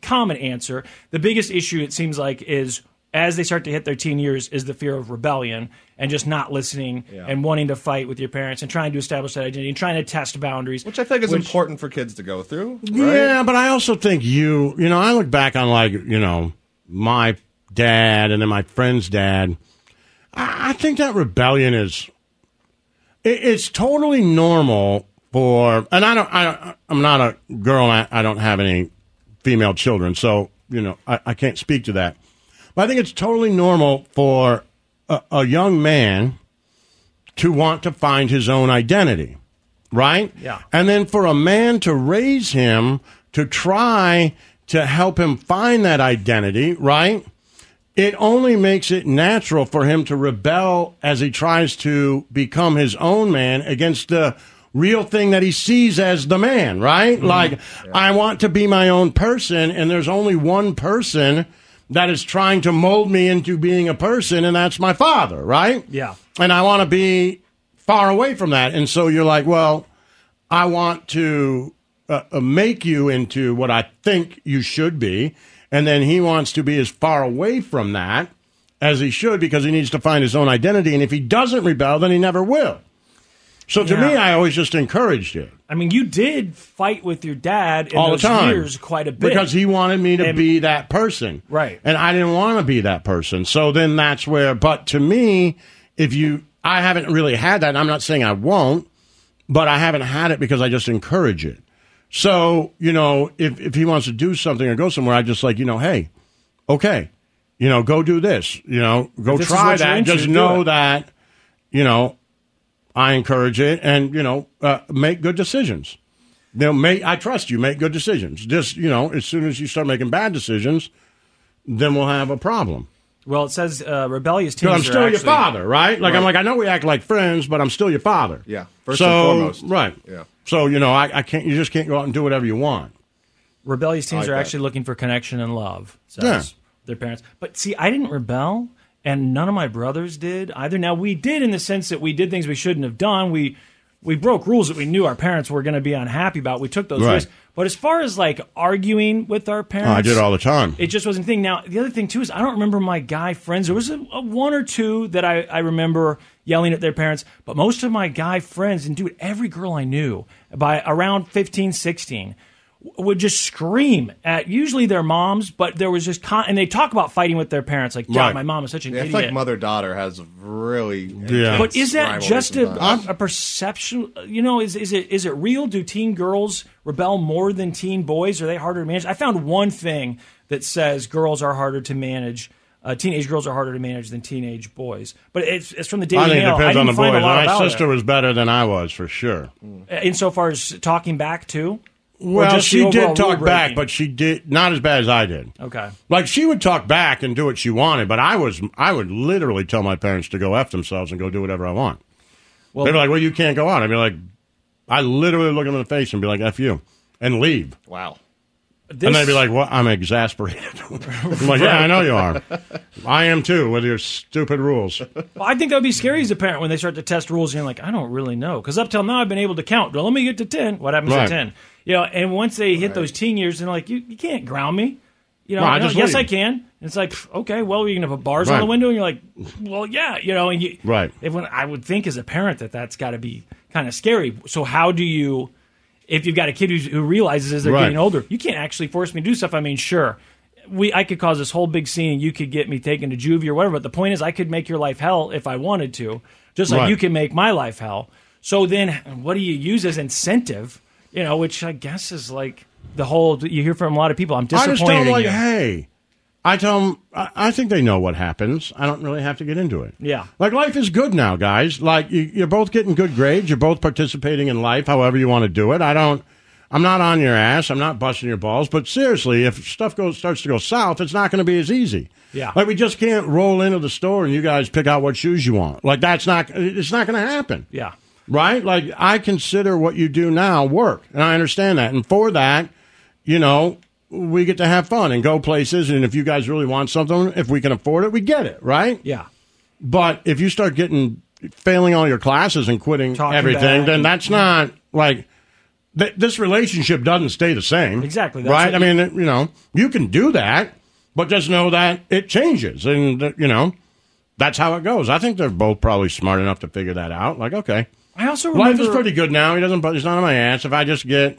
S4: common answer. The biggest issue it seems like is as they start to hit their teen years is the fear of rebellion and just not listening and wanting to fight with your parents and trying to establish that identity and trying to test boundaries, which
S2: I think is important for kids to go through.
S1: Yeah, but I also think you, you know, I look back on like, you know, my dad and then my friend's dad. I, I think that rebellion is, it, it's totally normal for, and I don't, I don't, I'm not a girl. And I, I don't have any female children, so you know, I, I can't speak to that. But I think it's totally normal for a, a young man to want to find his own identity, right?
S5: Yeah.
S1: And then for a man to raise him to try to help him find that identity, right? It only makes it natural for him to rebel as he tries to become his own man against the real thing that he sees as the man, right? Like, I want to be my own person, and there's only one person that is trying to mold me into being a person, and that's my father, right?
S4: Yeah.
S1: And I want to be far away from that. And so you're like, well, I want to uh, uh, make you into what I think you should be. And then he wants to be as far away from that as he should because he needs to find his own identity. And if he doesn't rebel, then he never will. So to me,
S4: Yeah.
S1: I always just encouraged it.
S4: I mean, you did fight with your dad in
S1: all the
S4: those
S1: time.
S4: years quite a bit
S1: because he wanted me to
S4: And-
S1: be that person,
S4: Right.
S1: And I didn't want to be that person. So then that's where. But to me, if you, I haven't really had that. and I'm not saying I won't, but I haven't had it because I just encourage it. So you know, if if he wants to do something or go somewhere, I just like you know, hey, okay, you know, go do this, you know, go
S5: If this is
S1: try
S5: what you're
S1: that.
S5: into,
S1: Just
S5: do
S1: know
S5: it.
S1: that, you know, I encourage it, and you know, uh, make good decisions. They'll make. I trust you. Make good decisions. Just you know, as soon as you start making bad decisions, then we'll have a problem.
S4: Well, it says uh, rebellious teens.
S1: Because I'm
S4: are
S1: still your
S4: actually-
S1: father, right? Like I'm like I know we act like friends, but I'm still your father.
S4: Yeah,
S2: first
S1: so,
S2: and foremost.
S1: right?
S2: Yeah.
S1: So you know, I, I can't. You just can't go out and do whatever you want.
S4: rebellious
S1: I
S4: teens
S1: like
S4: are
S1: that.
S4: actually looking for connection and love. Says
S1: Yeah.
S4: their parents. But see, I didn't rebel, and none of my brothers did either. Now we did in the sense that we did things we shouldn't have done. We we broke rules that we knew our parents were going to be unhappy about. We took those
S1: Right. Oh,
S4: risks. But as far as like arguing with our parents,
S1: I did all the time.
S4: It just wasn't a thing. Now the other thing too is I don't remember my guy friends. There was a, a one or two that I, I remember yelling at their parents, but most of my guy friends and dude, every girl I knew by around 15, 16 w- would just scream at usually their moms, but there was just con- and they talk about fighting with their parents like, God,
S2: Right.
S4: my mom is such an
S2: Yeah,
S4: idiot.
S2: it's like mother daughter has really. intense
S4: But is that
S2: rivalry
S4: just a,
S2: sometimes.
S4: a perception? You know, is is it is it real? Do teen girls rebel more than teen boys? Are they harder to manage? I found one thing that says girls are harder to manage. Uh, teenage girls are harder to manage than teenage boys, but it's, it's from the Daily
S1: I think it
S4: Mail. I
S1: depends
S4: didn't
S1: on the
S4: find
S1: boys.
S4: A lot
S1: My
S4: about
S1: sister was better than I was for sure.
S4: it. insofar as talking back too. Or
S1: Well,
S4: just the
S1: she
S4: overall
S1: did talk
S4: rule
S1: back,
S4: breaking?
S1: but she did not as bad as I did.
S4: Okay.
S1: Like she would talk back and do what she wanted, but I was I would literally tell my parents to go f themselves and go do whatever I want.
S4: Well-
S1: They'd be like, "Well, you can't go out." I'd be like, I literally look them in the face and be like, "F you," and leave.
S2: Wow.
S1: and they'd be like, "What? I'm exasperated." <laughs> I'm like, "Yeah, I know you
S4: <laughs>
S1: are. I am too with your stupid rules."
S4: Well, I think that would be scary as a parent when they start to test rules and you're like, I don't really know. Because up till now, I've been able to count. Well, let me get to 10. What happens
S1: Right.
S4: to 10? You know, and once they hit those teen years, and like, you, you can't ground me. You know,
S1: No, I
S4: I know,
S1: just
S4: yes,
S1: leave.
S4: I can. And it's like, pff, okay, well, you're going to put bars on
S1: Right.
S4: the window. And you're like, well, yeah, you know, and you,
S1: Right.
S4: And when I would think as a parent that that's got to be kind of scary. So how do you, if you've got a kid who's, who realizes as they're
S1: Right.
S4: getting older, you can't actually force me to do stuff. I mean, sure, we I could cause this whole big scene. and You could get me taken to juvie or whatever. But the point is, I could make your life hell if I wanted to, just like
S1: Right.
S4: you can make my life hell. So then, what do you use as incentive? You know, which I guess is like the whole you hear from a lot of people. I'm
S1: I
S4: disappointed.
S1: just tell them
S4: in
S1: like,
S4: you.
S1: "Hey." I tell them, I, I think they know what happens. I don't really have to get into it.
S4: yeah,
S1: Like life is good now, guys. Like you, you're both getting good grades. You're both participating in life, however you want to do it. I don't. I'm not on your ass. I'm not busting your balls. But seriously, if stuff goes starts to go south, it's not going to be as easy.
S4: Yeah.
S1: Like we just can't roll into the store and you guys pick out what shoes you want. Like that's not. It's not going to happen.
S4: yeah.
S1: Right? Like I consider what you do now work, and I understand that. And for that, you know, we get to have fun and go places. And if you guys really want something, if we can afford it, we get it. Right?
S4: Yeah.
S1: But if you start getting failing all your classes and quitting
S4: Talking
S1: everything,
S4: back
S1: then
S4: and-
S1: that's not like th- this relationship doesn't stay the same.
S4: Exactly, that's
S1: Right? I
S4: what
S1: mean, it- you know, you can do that, but just know that it changes, and uh, you know, that's how it goes. I think they're both probably smart enough to figure that out. Like, okay,
S4: I also
S1: life
S4: remember
S1: is pretty good now. He doesn't, but he's not on my ass. If I just get,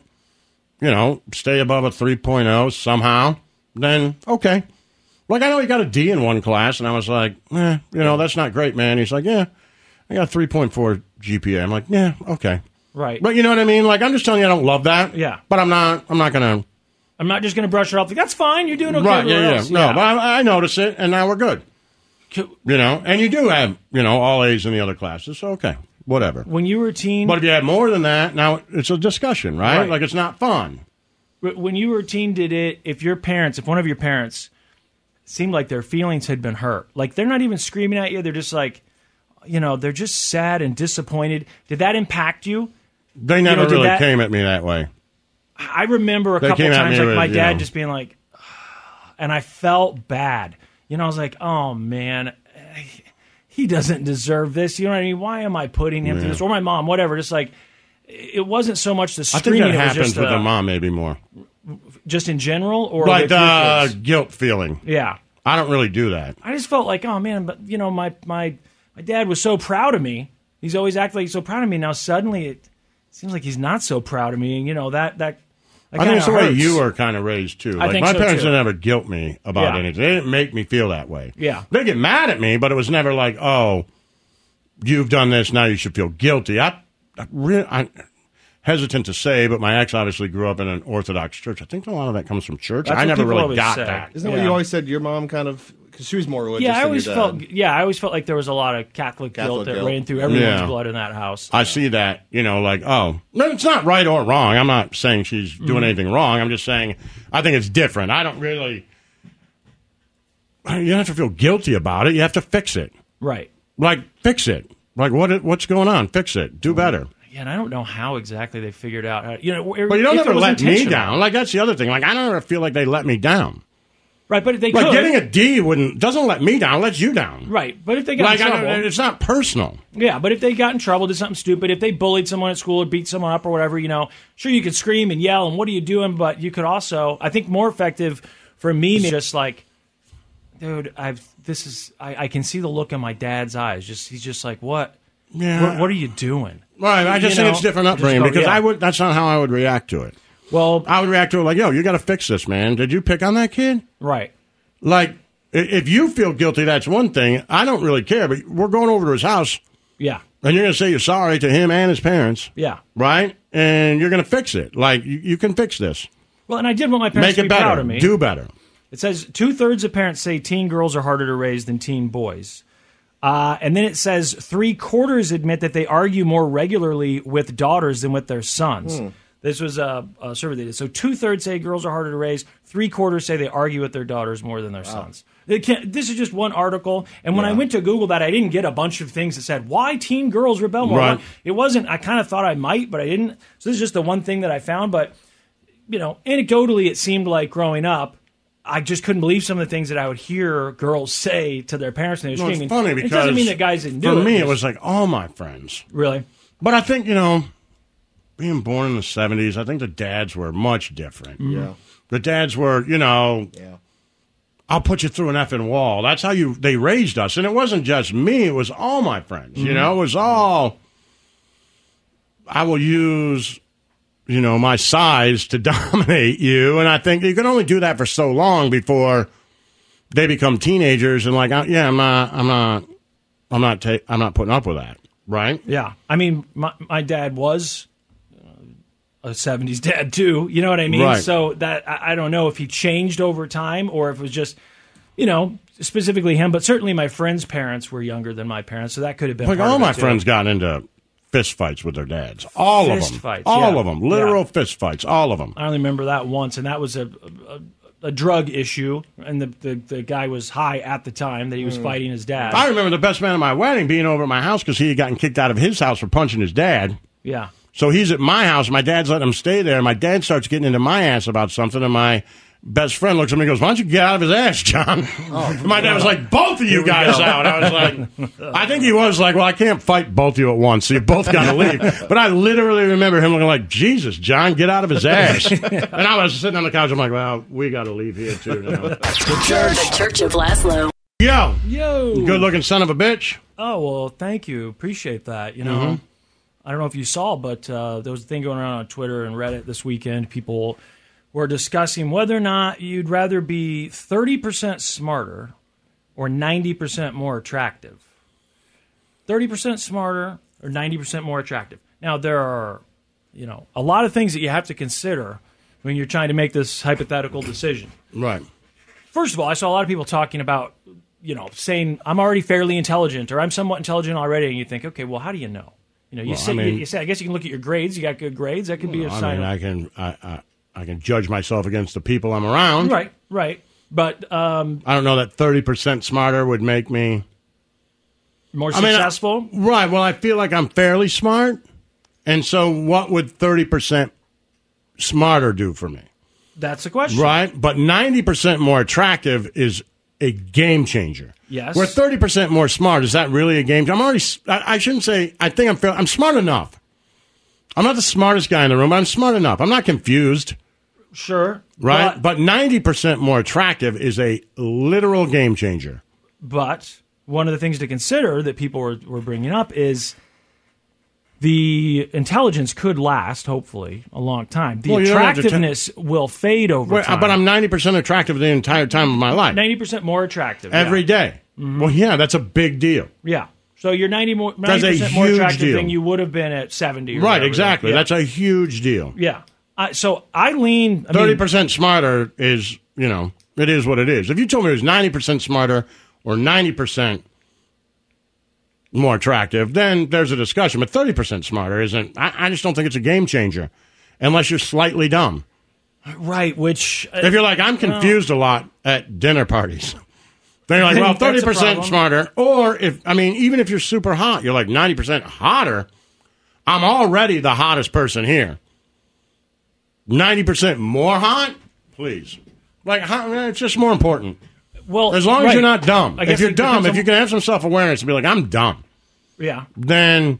S1: you know, stay above a 3.0 somehow, then okay. Like I know he got a D in one class, and I was like, eh, you know, that's not great, man. He's like, yeah, I got a 3.4 GPA. I'm like, yeah, okay,
S4: right.
S1: but you know what I mean. Like I'm just telling you, I don't love that.
S4: Yeah.
S1: but I'm not. I'm not gonna.
S4: I'm not just going to brush it off. Like that's fine. You're doing okay.
S1: right?
S4: with
S1: Yeah,
S4: what
S1: yeah.
S4: else.
S1: No, but I, I notice it, and now we're good.
S4: Co-
S1: You know, and you do have you know all A's in the other classes, so okay, whatever.
S4: when you were a teen,
S1: But if you had more than that, now it's a discussion, right?
S4: Right.
S1: Like it's not fun.
S4: But when you were a teen, did it? If your parents, if one of your parents seemed like their feelings had been hurt, like they're not even screaming at you, they're just like, you know, they're just sad and disappointed. Did that impact you?
S1: They
S4: you
S1: never
S4: know, did
S1: really
S4: that-
S1: came at me that way.
S4: I remember a
S1: They
S4: couple
S1: came at
S4: times
S1: me
S4: like my
S1: with, you
S4: dad
S1: know.
S4: just being like, <sighs> "Ah," and I felt bad. You know, I was like, oh man, he doesn't deserve this. You know what I mean? Why am I putting him through
S1: Yeah.
S4: this? Or my mom, whatever. Just like it wasn't so much the
S1: I think
S4: screening.
S1: that
S4: it was
S1: happens
S4: just
S1: with
S4: the-
S1: the mom maybe more,
S4: just in general, or
S1: like
S4: with your
S1: the uh,
S4: kids?
S1: guilt feeling.
S4: yeah.
S1: I don't really do that.
S4: I just felt like, oh man, but you know, my my my dad was so proud of me. He's always acted like he's so proud of me. Now suddenly it seems like he's not so proud of me, and you know that that. that
S1: I think it's the
S4: kinda
S1: way
S4: hurts.
S1: you were kind of raised too.
S4: I
S1: Like
S4: think
S1: my
S4: so,
S1: parents
S4: too.
S1: didn't ever guilt me about
S4: Yeah.
S1: anything. They didn't make me feel that way.
S4: Yeah.
S1: They get mad at me, but it was never like, oh, you've done this, now you should feel guilty. I, I re- I'm hesitant to say, but my ex obviously grew up in an Orthodox church. I think a lot of that comes from church.
S2: That's
S1: I
S2: what
S1: never
S2: people
S1: really
S2: always
S1: got
S2: say.
S1: that.
S2: Isn't that what you always said? Your mom kind of because she was more religious.
S4: Yeah, I
S2: than
S4: always
S2: your dad.
S4: felt. Yeah, I always felt like there was a lot of Catholic, guilt
S2: Catholic
S4: that
S2: guilt.
S4: ran through everyone's
S1: Yeah.
S4: blood in that house.
S1: I see that, you know, like, oh, no, it's not right or wrong. I'm not saying she's doing
S4: Mhm.
S1: anything wrong. I'm just saying I think it's different. I don't really. You don't have to feel guilty about it. You have to fix it.
S4: Right.
S1: Like, fix it. Like, what? what's going on? Fix it. Do better.
S4: Yeah, and I don't know how exactly they figured out. How, you know, where-
S1: But you don't
S4: if it
S1: ever
S4: was
S1: let me
S4: intentional.
S1: down. Like, that's the other thing. Like, I don't ever feel like they let me down.
S4: Right, but if they
S1: like,
S4: could,
S1: getting a D wouldn't, doesn't let me down, it lets you down.
S4: right, but if they got
S1: like,
S4: in
S1: I don't-
S4: trouble,
S1: it's not personal.
S4: Yeah, but if they got in trouble, did something stupid, if they bullied someone at school or beat someone up or whatever, you know, sure you could scream and yell and what are you doing, but you could also, I think, more effective for me, just like, dude, I've this is I, I can see the look in my dad's eyes. Just he's just like, what,
S1: Yeah.
S4: what, what are you doing?
S1: Right, I just
S4: You
S1: think
S4: know?
S1: it's different
S4: Just
S1: upbringing
S4: go,
S1: because
S4: yeah.
S1: I would. That's not how I would react to it.
S4: Well,
S1: I would react to it like, "Yo, you got to fix this, man. Did you pick on that kid?
S4: Right.
S1: Like, i- if you feel guilty, that's one thing. I don't really care, but we're going over to his house,
S4: yeah,
S1: and you're going to say you're sorry to him and his parents,
S4: yeah.
S1: right? And you're going to fix it. Like, you, you can fix this.
S4: Well, and I did want my
S1: Make
S4: parents to
S1: it
S4: be
S1: better.
S4: proud of me.
S1: Do better.
S4: It says two thirds of parents say teen girls are harder to raise than teen boys. Uh, and then it says three quarters admit that they argue more regularly with daughters than with their sons.
S6: Hmm.
S4: This was a, a survey they did. So two thirds say girls are harder to raise. Three quarters say they argue with their daughters more than their sons. They can't, this is just one article. And when I went to Google that, I didn't get a bunch of things that said why teen girls rebel more.
S1: Right.
S4: It wasn't. I kind of thought I might, but I didn't. So this is just the one thing that I found. But you know, anecdotally, it seemed like growing up, I just couldn't believe some of the things that I would hear girls say to their parents when they were
S1: No,
S4: screaming.
S1: it's funny because
S4: it doesn't mean that guys didn't do
S1: for
S4: it.
S1: me, it
S4: Just-
S1: was like all my friends.
S4: really.
S1: But I think you know, being born in the seventies, I think the dads were much different.
S2: Mhm. Yeah.
S1: the dads were you know, I'll put you through an effing wall. That's how you they raised us, and it wasn't just me; it was all my friends. You
S2: Mhm.
S1: know, it was all. I will use, you know, my size to <laughs> dominate you, and I think you can only do that for so long before they become teenagers and like, I- yeah, I'm not, I'm not, I'm not, ta- I'm not putting up with that, right?
S4: Yeah. I mean, my, my dad was uh, a 70s dad, too. You know what I mean?
S1: Right.
S4: So that I, I don't know if he changed over time or if it was just, you know, specifically him, but certainly my friend's parents were younger than my parents. So that could have been
S1: Like
S4: part
S1: all
S4: of it,
S1: my
S4: too.
S1: friends got into fist fights with their dads. All
S4: Fist
S1: of them.
S4: fights,
S1: all
S4: yeah.
S1: of them. Literal fist fights. All of them.
S4: I only remember that once, and that was a a, a drug issue, and the, the the guy was high at the time that he was
S1: Mm.
S4: fighting his dad.
S1: I remember the best man at my wedding being over at my house because he had gotten kicked out of his house for punching his dad.
S4: yeah,
S1: So he's at my house. My dad's letting him stay there. My dad starts getting into my ass about something, and my best friend looks at me and goes, Why don't you get out of his ass, John? <laughs> my dad was like, Both of
S2: Oh, Here
S1: you
S2: we
S1: guys
S2: go.
S1: out. I was like,
S2: <laughs>
S1: I think he was like, Well, I can't fight both of you at once, so you both got to
S2: <laughs>
S1: leave. But I literally remember him looking like, Jesus, John, get out of his
S2: <laughs>
S1: ass. and I was sitting on the couch. I'm like, Well, we got to leave here, too. Now.
S3: The Church, the Church of Laszlo.
S1: Yo,
S4: yo,
S1: good looking son of a bitch.
S4: Oh well, thank you, appreciate that. You know,
S1: Mhm.
S4: I don't know if you saw, but uh, there was a thing going around on Twitter and Reddit this weekend. People were discussing whether or not you'd rather be thirty percent smarter or ninety percent more attractive. Thirty percent smarter or ninety percent more attractive. Now there are, you know, a lot of things that you have to consider when you're trying to make this hypothetical decision.
S1: Right.
S4: First of all, I saw a lot of people talking about, you know, saying I'm already fairly intelligent or I'm somewhat intelligent already, and you think, okay, well, how do you know? You know, you
S1: Well, I
S4: say,
S1: mean-
S4: you, you say, I guess you can look at your grades. You got good grades. That could be a
S1: I
S4: sign.
S1: mean,
S4: of,
S1: I can, I, I, I can judge myself against the people I'm around.
S4: Right, right. But um,
S1: I don't know that 30% smarter would make me
S4: more
S1: I mean, I-
S4: successful.
S1: right. Well, I feel like I'm fairly smart, And so, what would 30% smarter do for me?
S4: That's the question.
S1: Right? But 90% more attractive is a game changer.
S4: Yes.
S1: We're 30% more smart. Is that really a game changer? I'm already, s- I, I shouldn't say, I think I'm, fail- I'm smart enough. I'm not the smartest guy in the room, but I'm smart enough. I'm not confused.
S4: Sure.
S1: Right? but 90% more attractive is a literal game changer.
S4: But one of the things to consider that people were, were bringing up is the intelligence could last, hopefully, a long time. The
S1: Well, you don't have to tell-
S4: attractiveness will fade over
S1: Wait,
S4: time.
S1: uh, but I'm 90% attractive the entire time of my life.
S4: ninety percent more attractive
S1: every day.
S4: Mm-hmm.
S1: Well, yeah, that's a big deal.
S4: Yeah. yeah. So you're ninety more
S1: That's a
S4: ninety percent more
S1: huge
S4: attractive
S1: deal.
S4: than you would have been at seventy. Or
S1: Right,
S4: whatever.
S1: exactly.
S4: Yeah.
S1: That's a huge deal.
S4: yeah. I, so I lean I mean,
S1: Thirty percent smarter is, you know, it is what it is. If you told me it was ninety percent smarter or ninety percent more attractive, then there's a discussion. But thirty percent smarter isn't. I, I just don't think it's a game changer, unless you're slightly dumb.
S4: Right. Which uh,
S1: If you're like, I'm
S4: you know,
S1: confused a lot at dinner parties. Then you're like,
S4: Then
S1: well,
S4: <laughs> that's
S1: thirty
S4: a
S1: percent
S4: problem.
S1: smarter. Or if I mean, even if you're super hot, you're like ninety percent hotter. I'm already the hottest person here. Ninety percent more hot, please. Like, hot, man, it's just more important.
S4: well,
S1: As long as
S4: right.
S1: you're not dumb.
S4: I
S1: If
S4: guess
S1: you're
S4: it
S1: dumb,
S4: depends
S1: if
S4: on-
S1: you can have some self awareness and be like, I'm dumb,
S4: yeah.
S1: then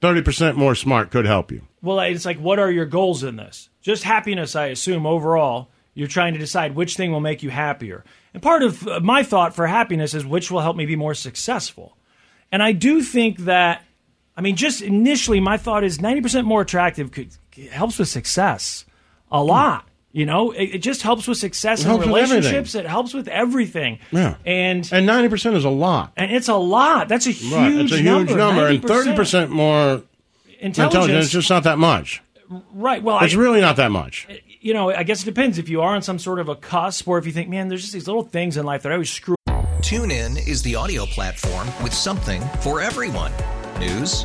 S1: thirty percent more smart could help you.
S4: Well, it's like, what are your goals in this? Just happiness, I assume, overall. You're trying to decide which thing will make you happier. And part of uh, my thought for happiness is which will help me be more successful. And I do think that, I mean, just initially, my thought is 90% more attractive could, helps with success a lot. You know, it, it just helps with
S1: Hmm.
S4: success
S1: It
S4: in
S1: helps with everything.
S4: relationships. It helps with everything.
S1: Yeah.
S4: And
S1: And ninety percent is a lot.
S4: and it's a lot. That's a huge
S1: Right. It's a huge number. and thirty
S4: 90%
S1: percent more
S4: intelligence.
S1: intelligence is just not that much.
S4: right. Well,
S1: It's
S4: I,
S1: really not that much.
S4: you know, I guess it depends if you are on some sort of a cusp or if you think, man, there's just these little things in life that I always screw.
S7: TuneIn is the audio platform with something for everyone. News,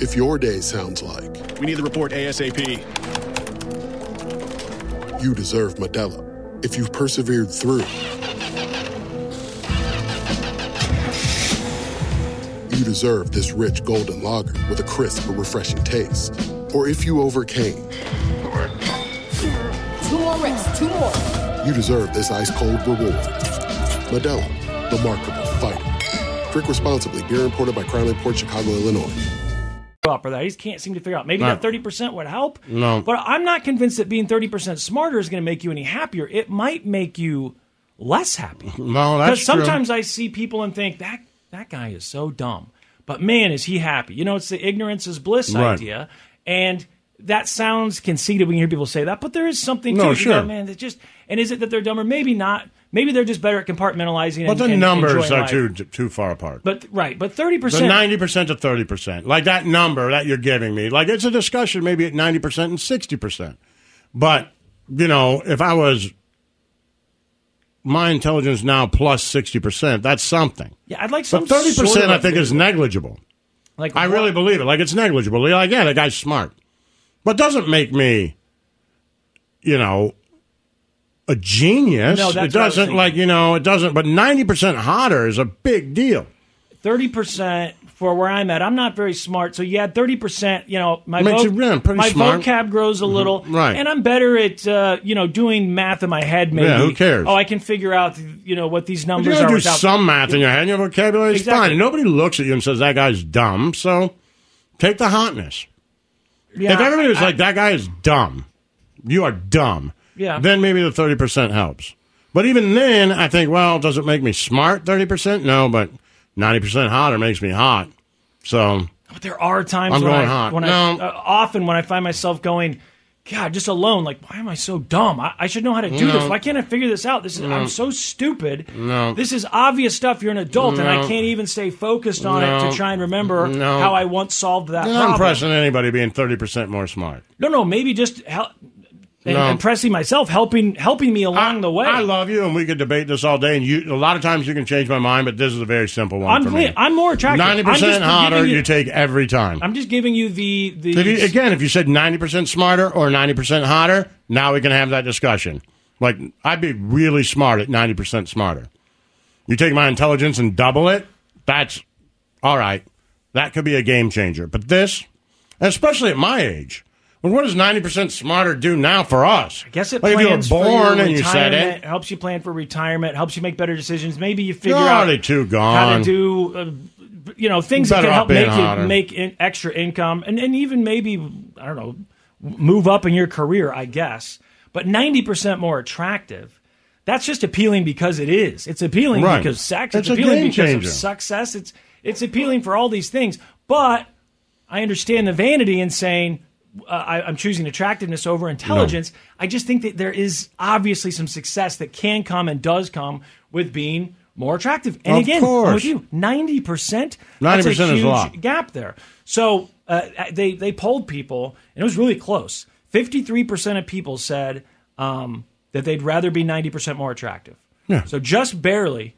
S6: If your day sounds like
S8: We need the report ASAP.
S6: you deserve Medella, if you've persevered through, you deserve this rich golden lager with a crisp but refreshing taste. Or if you overcame,
S9: Two more reps, two more.
S6: you deserve this ice cold reward. Medella, the mark of a fighter. Drink responsibly. Beer imported by Crown Port Chicago, Illinois.
S4: up or that. I just can't seem to figure out. Maybe
S6: Right.
S4: that thirty percent would help.
S6: No.
S4: but I'm not convinced that being thirty percent smarter is going to make you any happier. It might make you less happy.
S1: No, that's true.
S4: sometimes I see people and think that that guy is so dumb, but man, is he happy? You know, it's the ignorance is bliss
S1: Right.
S4: idea, and that sounds conceited when you hear people say that, but there is something
S1: No,
S4: to it. You go,
S1: sure.
S4: man, that just and is it that they're dumber? Maybe not. Maybe they're just better at compartmentalizing.
S1: But
S4: and-
S1: the
S4: and
S1: numbers
S4: enjoying
S1: are
S4: life.
S1: too too far apart.
S4: But right, but thirty
S1: The
S4: percent.
S1: ninety percent to thirty percent, like that number that you're giving me, like it's a discussion maybe at ninety percent and sixty percent. But you know, if I was my intelligence now plus sixty percent, that's something.
S4: Yeah, I'd like some
S1: But thirty
S4: sort
S1: percent, I
S4: of
S1: think, is negligible.
S4: Like
S1: I really believe it. Like it's negligible. Like yeah, the guy's smart, but doesn't make me, you know, a genius.
S4: No, that's
S1: it
S4: what I was
S1: doesn't
S4: thinking.
S1: like you know it doesn't. But ninety percent hotter is a big deal.
S4: thirty percent for where I'm at. I'm not very smart, so yeah, thirty percent. You know, my
S1: Makes
S4: voc-
S1: you- yeah, I'm pretty
S4: my
S1: smart. Mm-hmm.
S4: vocab grows a little,
S1: right.
S4: And I'm better at uh, you know doing math in my head. Maybe
S1: Yeah, who cares?
S4: Oh, I can figure out you know what these
S1: But you
S4: numbers
S1: gotta
S4: are.
S1: do
S4: without-
S1: some math in your head. Your vocabulary is
S4: Exactly.
S1: fine. And nobody looks at you and says that guy's dumb. So take the hotness.
S4: Yeah,
S1: if everybody was
S4: I-
S1: like that guy is dumb, you are dumb.
S4: Yeah.
S1: Then maybe the 30% helps. But even then, I think, well, does it make me smart 30%? No, but 90% hotter makes me hot. So
S4: But there are times
S1: I'm
S4: when,
S1: going
S4: I,
S1: hot.
S4: when
S1: No.
S4: I uh, often when I find myself going, God, just alone. Like, why am I so dumb? I, I should know how to do this.
S1: No.
S4: Why can't I figure this out? This is
S1: No.
S4: I'm so stupid.
S1: No.
S4: This is obvious stuff. You're an adult, and I
S1: No.
S4: can't even stay focused on it
S1: No.
S4: to try and remember
S1: No.
S4: how I once solved that
S1: I'm not
S4: problem.
S1: impressing anybody being 30% more smart.
S4: No, no, maybe just hel- and
S1: No.
S4: impressing myself, helping helping me along the way.
S1: I love you, and we could debate this all day. And you, a lot of times, you can change my mind, but this is a very simple one
S4: I'm
S1: for
S4: cle-
S1: me.
S4: I'm more attractive.
S1: Ninety
S4: I'm just
S1: percent hotter,
S4: giving
S1: you,
S4: you-
S1: take every time.
S4: I'm just giving you the the
S1: If you- again, if you said ninety percent smarter or ninety percent hotter, now we can have that discussion. Like I'd be really smart at ninety percent smarter. You take my intelligence and double it. That's all right. That could be a game changer. But this, especially at my age. well, What does ninety percent smarter do now for us? I
S4: guess it
S1: like if you were
S4: plans for
S1: born
S4: your
S1: and you said it.
S4: retirement, helps you plan for retirement, helps you make better decisions. Maybe you figure
S1: You're
S4: out
S1: already too
S4: how
S1: gone.
S4: to do, uh, you know, things that
S1: Better
S4: can
S1: off
S4: help
S1: being
S4: make
S1: hotter.
S4: you make in, extra income, and and even maybe I don't know, move up in your career. I guess, but ninety percent more attractive. That's just appealing because it is. It's appealing
S1: Right.
S4: because sex.
S1: It's
S4: It's,
S1: a
S4: appealing
S1: game
S4: because
S1: changer.
S4: of success. It's it's appealing for all these things. But I understand the vanity in saying uh, I, I'm choosing attractiveness over intelligence. I just think that there is obviously some success that can come and does come with being more attractive. And
S1: Of
S4: again,
S1: course.
S4: I'm with you, ninety percent,
S1: 90% is a lot.
S4: gap there. So uh, they they polled people, and it was really close. Fifty three percent of people said um, that they'd rather be ninety percent more attractive.
S1: Yeah.
S4: So just barely.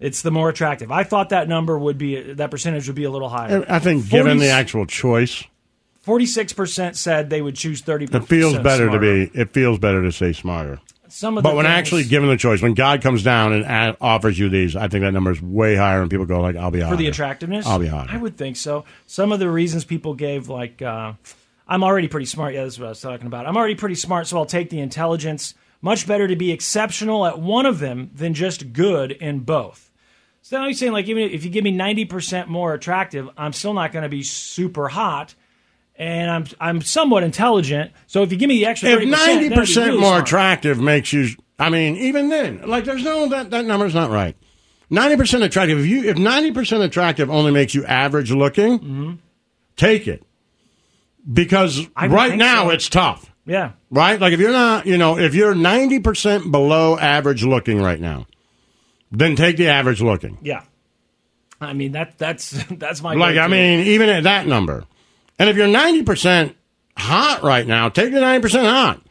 S4: It's the more attractive. I thought that number would be that percentage would be a little higher.
S1: I think, given the actual choice,
S4: Forty-six percent said they would choose thirty.
S1: it feels better to be. It feels better to say smarter.
S4: Some of
S1: But
S4: the
S1: when
S4: things-
S1: actually given the choice, when God comes down and a offers you these, I think that number is way higher, and people go like, "I'll be
S4: for
S1: hotter.
S4: the attractiveness,
S1: I'll be hotter."
S4: I would think so. Some of the reasons people gave, like, uh, I'm already pretty smart. Yeah, that's what I was talking about. I'm already pretty smart, so I'll take the intelligence. Much better to be exceptional at one of them than just good in both. So now you're saying, like, even if you give me 90% more attractive, I'm still not going to be super hot. And I'm I'm somewhat intelligent, so if you give me the extra
S1: If
S4: 30%,
S1: ninety
S4: that'd be
S1: percent
S4: really
S1: more
S4: smart.
S1: attractive makes you, I mean, even then, like, there's no that that number's not right. Ninety percent attractive. If you if ninety percent attractive only makes you average looking,
S4: Mm-hmm.
S1: take it because
S4: would
S1: right
S4: think
S1: now
S4: so.
S1: it's tough.
S4: yeah,
S1: right? Like if you're not, you know, if you're 90% below average looking right now, then take the average looking.
S4: yeah. I mean that that's <laughs> that's my
S1: Like, I
S4: go-to.
S1: mean, even at that number. And if you're 90% hot right now, take the 90% hot.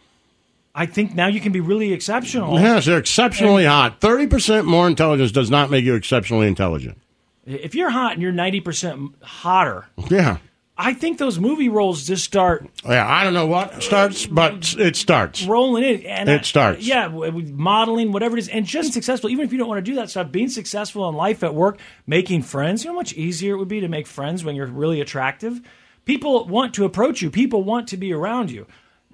S4: I think now you can be really exceptional.
S1: Yes, you're exceptionally hot. 30% more intelligence does not make you exceptionally intelligent.
S4: If you're hot and you're 90% hotter,
S1: Yeah.
S4: I think those movie roles just start
S1: Yeah, I don't know what starts, but it starts.
S4: rolling in. And
S1: It starts.
S4: yeah, w- with modeling, whatever it is, and just successful. Even if you don't want to do that stuff, being successful in life, at work, making friends. You know how much easier it would be to make friends when you're really attractive? People want to approach you, people want to be around you.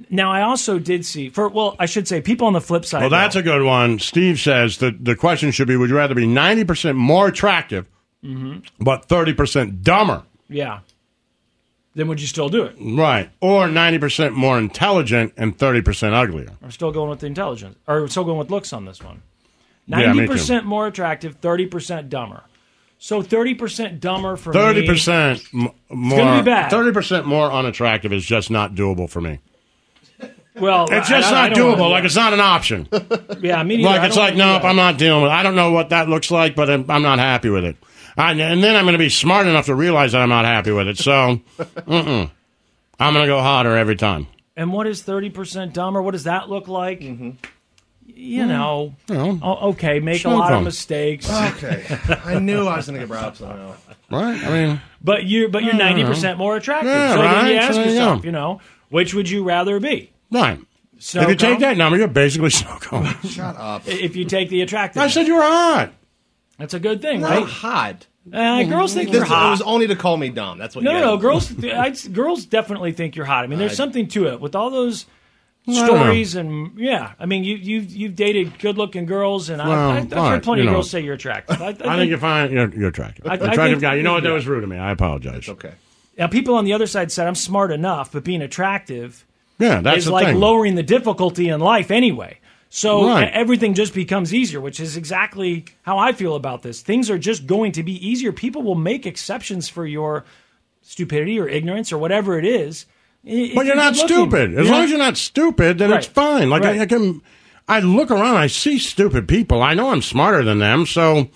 S4: Now, I also did see, for well, I should say, people on the flip side.
S1: Well,
S4: though.
S1: that's a good one. Steve says that the question should be would you rather be 90% more attractive, but 30% dumber?
S4: yeah. Then would you still do it?
S1: Right. Or 90% more intelligent and 30% uglier.
S4: I'm still going with the intelligence, or we're still going with looks on this one.
S1: Yeah,
S4: Ninety
S1: me too.
S4: percent more attractive, thirty percent dumber. So thirty percent dumber for me.
S1: 30% m- more.
S4: gonna be bad.
S1: 30% more unattractive is just not doable for me.
S4: Well,
S1: It's
S4: I-
S1: just
S4: I- I
S1: not
S4: don't
S1: doable.
S4: wanna do
S1: Like,
S4: that.
S1: it's not an option.
S4: <laughs> yeah, me neither. I
S1: like, it's
S4: don't
S1: like,
S4: wanna do
S1: nope,
S4: that.
S1: I'm not dealing with it. I don't know what that looks like, but I'm, I'm not happy with it. I, and then I'm going to be smart enough to realize that I'm not happy with it. So, <laughs> mm-mm. I'm going to go hotter every time.
S4: And what is thirty percent dumber? What does that look like? You know,
S1: Well,
S4: o- okay, make a
S1: snow
S4: lot
S1: cone.
S4: of mistakes,
S2: Okay. I knew I was going to get brought up somehow.
S1: Right? I mean,
S4: but you're but you're
S1: I don't know.
S4: ninety percent more attractive.
S1: Yeah,
S4: so then
S1: right?
S4: you ask
S1: So there you go.
S4: yourself, you know, which would you rather be?
S1: right.
S4: Snow
S1: if you take
S4: cone?
S1: that number, you're basically <laughs> snow
S4: <laughs>
S1: cone.
S4: If you take the attractive,
S1: I said you were hot.
S4: that's a good thing,
S2: I'm
S4: right?
S2: hot. Mm-hmm.
S4: Uh, girls think
S2: This-
S4: you're hot.
S2: It was only to call me dumb. That's what.
S4: No,
S2: you
S4: no,
S2: guys-
S4: no. Girls, I, girls definitely think you're hot. I mean, there's
S2: I-
S4: something to it with all those
S1: I don't know.
S4: stories and yeah. I mean, you you've you've dated good-looking girls, and
S1: Well,
S4: I, I, I've
S1: all right,
S4: heard plenty
S1: you
S4: of
S1: know.
S4: girls say you're attractive. I, I
S1: I think
S4: think-
S1: you're fine. You're, you're attractive.
S4: I- I
S1: attractive
S4: think-
S1: guy. You know what? That was rude of me. I apologize.
S2: Okay.
S4: now people on the other side said I'm smart enough, but being attractive
S1: Yeah, that's
S4: is
S1: the
S4: like
S1: thing.
S4: lowering the difficulty in life anyway. So e-
S1: Right.
S4: everything just becomes easier, which is exactly how I feel about this. Things are just going to be easier. People will make exceptions for your stupidity or ignorance or whatever it is. i-
S1: But
S4: if
S1: you're not
S4: keep looking.
S1: stupid. As
S4: You're
S1: long
S4: not-
S1: as you're not stupid, then it's
S4: Right.
S1: fine. Like
S4: Right.
S1: I, I can, I look around, I see stupid people. I know I'm smarter than them, so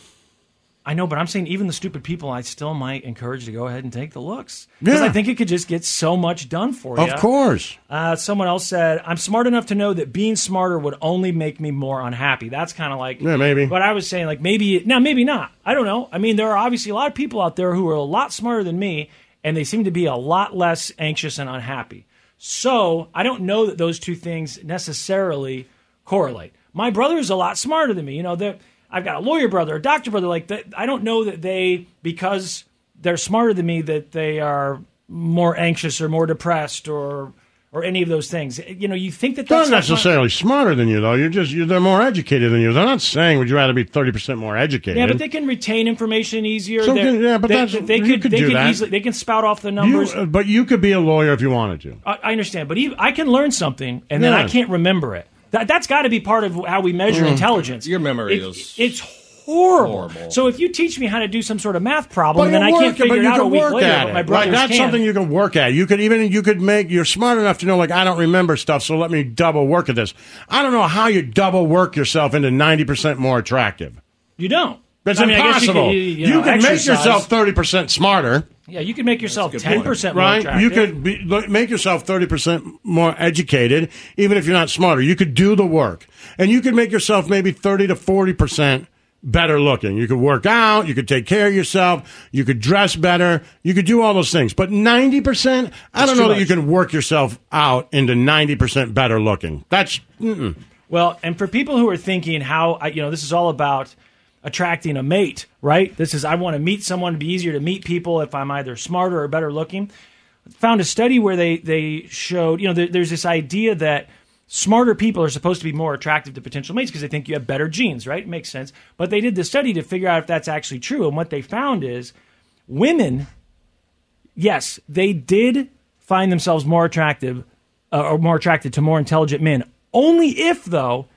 S4: I know, but I'm saying even the stupid people, I still might encourage to go ahead and take the looks because
S1: Yeah.
S4: I think it could just get so much done for you.
S1: of course.
S4: Uh, someone else said, "I'm smart enough to know that being smarter would only make me more unhappy." That's kind of like
S1: Yeah, maybe.
S4: But I was saying, like maybe now, maybe not. I don't know. I mean, there are obviously a lot of people out there who are a lot smarter than me, and they seem to be a lot less anxious and unhappy. So I don't know that those two things necessarily correlate. My brother is a lot smarter than me. You know, they're- I've got a lawyer brother, a doctor brother. Like that, I don't know that they because they're smarter than me that they are more anxious or more depressed or or any of those things. You know, you think that
S1: They're
S4: that's
S1: not necessarily smarter than you, though. You're just you're, they're more educated than you. They're not saying would you rather be thirty percent more educated.
S4: Yeah, but they can retain information easier.
S1: So
S4: They're-
S1: can- yeah, but
S4: they,
S1: that's-
S4: they
S1: you
S4: could,
S1: could
S4: they
S1: do
S4: could
S1: that.
S4: easily they can spout off the
S1: You-
S4: numbers.
S1: uh, but you could be a lawyer if you wanted to.
S4: I, I understand, but even, I can learn something and then I
S1: Yeah.
S4: can't remember it. That that's got to be part of how we measure
S1: Mm.
S4: intelligence.
S2: Your memory
S4: It-
S2: is
S4: it's horrible. So if you teach me how to do some sort of math problem, then I
S1: you're
S4: can't
S1: working-
S4: figure
S1: but
S4: it
S1: you
S4: out a
S1: can
S4: week
S1: work
S4: later.
S1: at
S4: but
S1: it.
S4: my
S1: Like,
S4: brothers
S1: that's
S4: can.
S1: something you can work at. You could even you could make. You're smart enough to know like I don't remember stuff, so let me double work at this. I don't know how you double work yourself into ninety percent more attractive.
S4: You don't.
S1: That's
S4: I mean, I guess you could-
S1: impossible.
S4: you- you know,
S1: can make
S4: exercise.
S1: yourself thirty percent smarter.
S4: Yeah, you can make yourself ten percent more
S1: Right,
S4: attractive.
S1: you could be, look- make yourself thirty percent more educated, even if you're not smarter. You could do the work, and you could make yourself maybe thirty to forty percent better looking. You could work out, you could take care of yourself, you could dress better, you could do all those things. But ninety percent, I
S4: That's
S1: don't
S4: too
S1: know
S4: much.
S1: that you can work yourself out into ninety percent better looking. That's mm-mm.
S4: Well, and for people who are thinking how I, you know this is all about attracting a mate, right? This is I want to meet someone to be easier to meet people if I'm either smarter or better looking. Found a study where they they showed you know there, there's this idea that smarter people are supposed to be more attractive to potential mates because they think you have better genes, right? Makes sense. But they did the study to figure out if that's actually true, and what they found is women yes, they did find themselves more attractive uh, or more attracted to more intelligent men. Only if, though,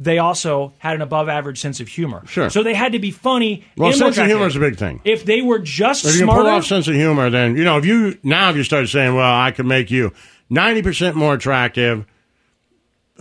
S4: they also had an above average sense of humor.
S1: Sure.
S4: So they had to be funny.
S1: well,
S4: and more
S1: sense of humor
S4: attractive.
S1: is a big thing.
S4: If they were just
S1: If you can
S4: smarter,
S1: pull off sense of humor, then you know if you now if you start saying, "Well, I can make you ninety percent more attractive,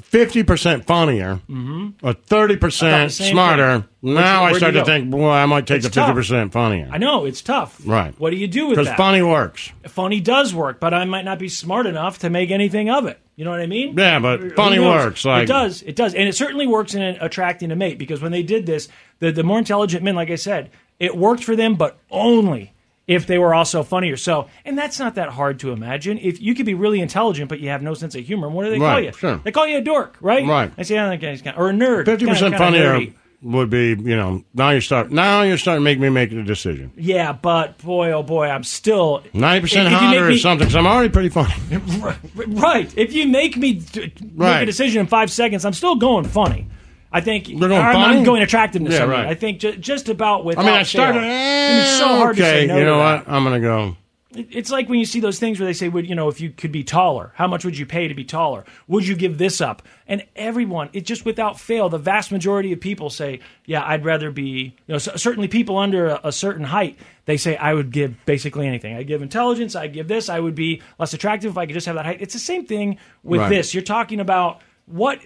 S1: fifty percent funnier, or thirty
S4: Mm-hmm. About
S1: percent
S4: the same
S1: smarter,"
S4: thing.
S1: now
S4: Where's-
S1: I
S4: where'd
S1: start
S4: you
S1: to
S4: go?
S1: think, "Well, I might take
S4: It's
S1: the
S4: tough.
S1: fifty percent funnier."
S4: I know it's tough.
S1: Right?
S4: What do you do with
S1: Because
S4: that?
S1: funny works.
S4: funny does work, but I might not be smart enough to make anything of it. You know what I mean?
S1: Yeah, but
S4: Who
S1: funny
S4: knows?
S1: works, like-
S4: it does, it does, and it certainly works in attracting a mate because when they did this, the the more intelligent men, like I said, it worked for them, but only if they were also funnier. So, and that's not that hard to imagine. If you could be really intelligent but you have no sense of humor, what do they call
S1: Right,
S4: you?
S1: sure.
S4: They call you a dork, right?
S1: Right.
S4: I say, oh, that guy's kind of, or a nerd,
S1: Fifty percent
S4: Kinda- kinda
S1: funnier
S4: nerdy.
S1: would be, you know, now you start now you're starting to make me make a decision.
S4: Yeah, but boy, oh boy, I'm still
S1: Ninety percent
S4: If- if you make
S1: hotter
S4: me-
S1: or something. 'cause I'm already pretty funny. <laughs>
S4: Right. If you make me d- make
S1: Right.
S4: a decision in five seconds, I'm still going funny. I think
S1: going
S4: or I'm, I'm
S1: funny?
S4: going attractiveness.
S1: Yeah,
S4: I mean.
S1: right.
S4: I think ju- just about with.
S1: I mean, I started. eh,
S4: It's so hard to
S1: okay,
S4: say no
S1: you
S4: to
S1: know
S4: that.
S1: what? I'm gonna go.
S4: It- It's like when you see those things where they say, "Would you know if you could be taller? How much would you pay to be taller? Would you give this up?" And everyone, it just without fail, the vast majority of people say, "Yeah, I'd rather be." You know, s- certainly people under a, a certain height, they say, "I would give basically anything. I would give intelligence. I would give this. I would be less attractive if I could just have that height." It's the same thing with
S8: Right.
S4: this. You're talking about what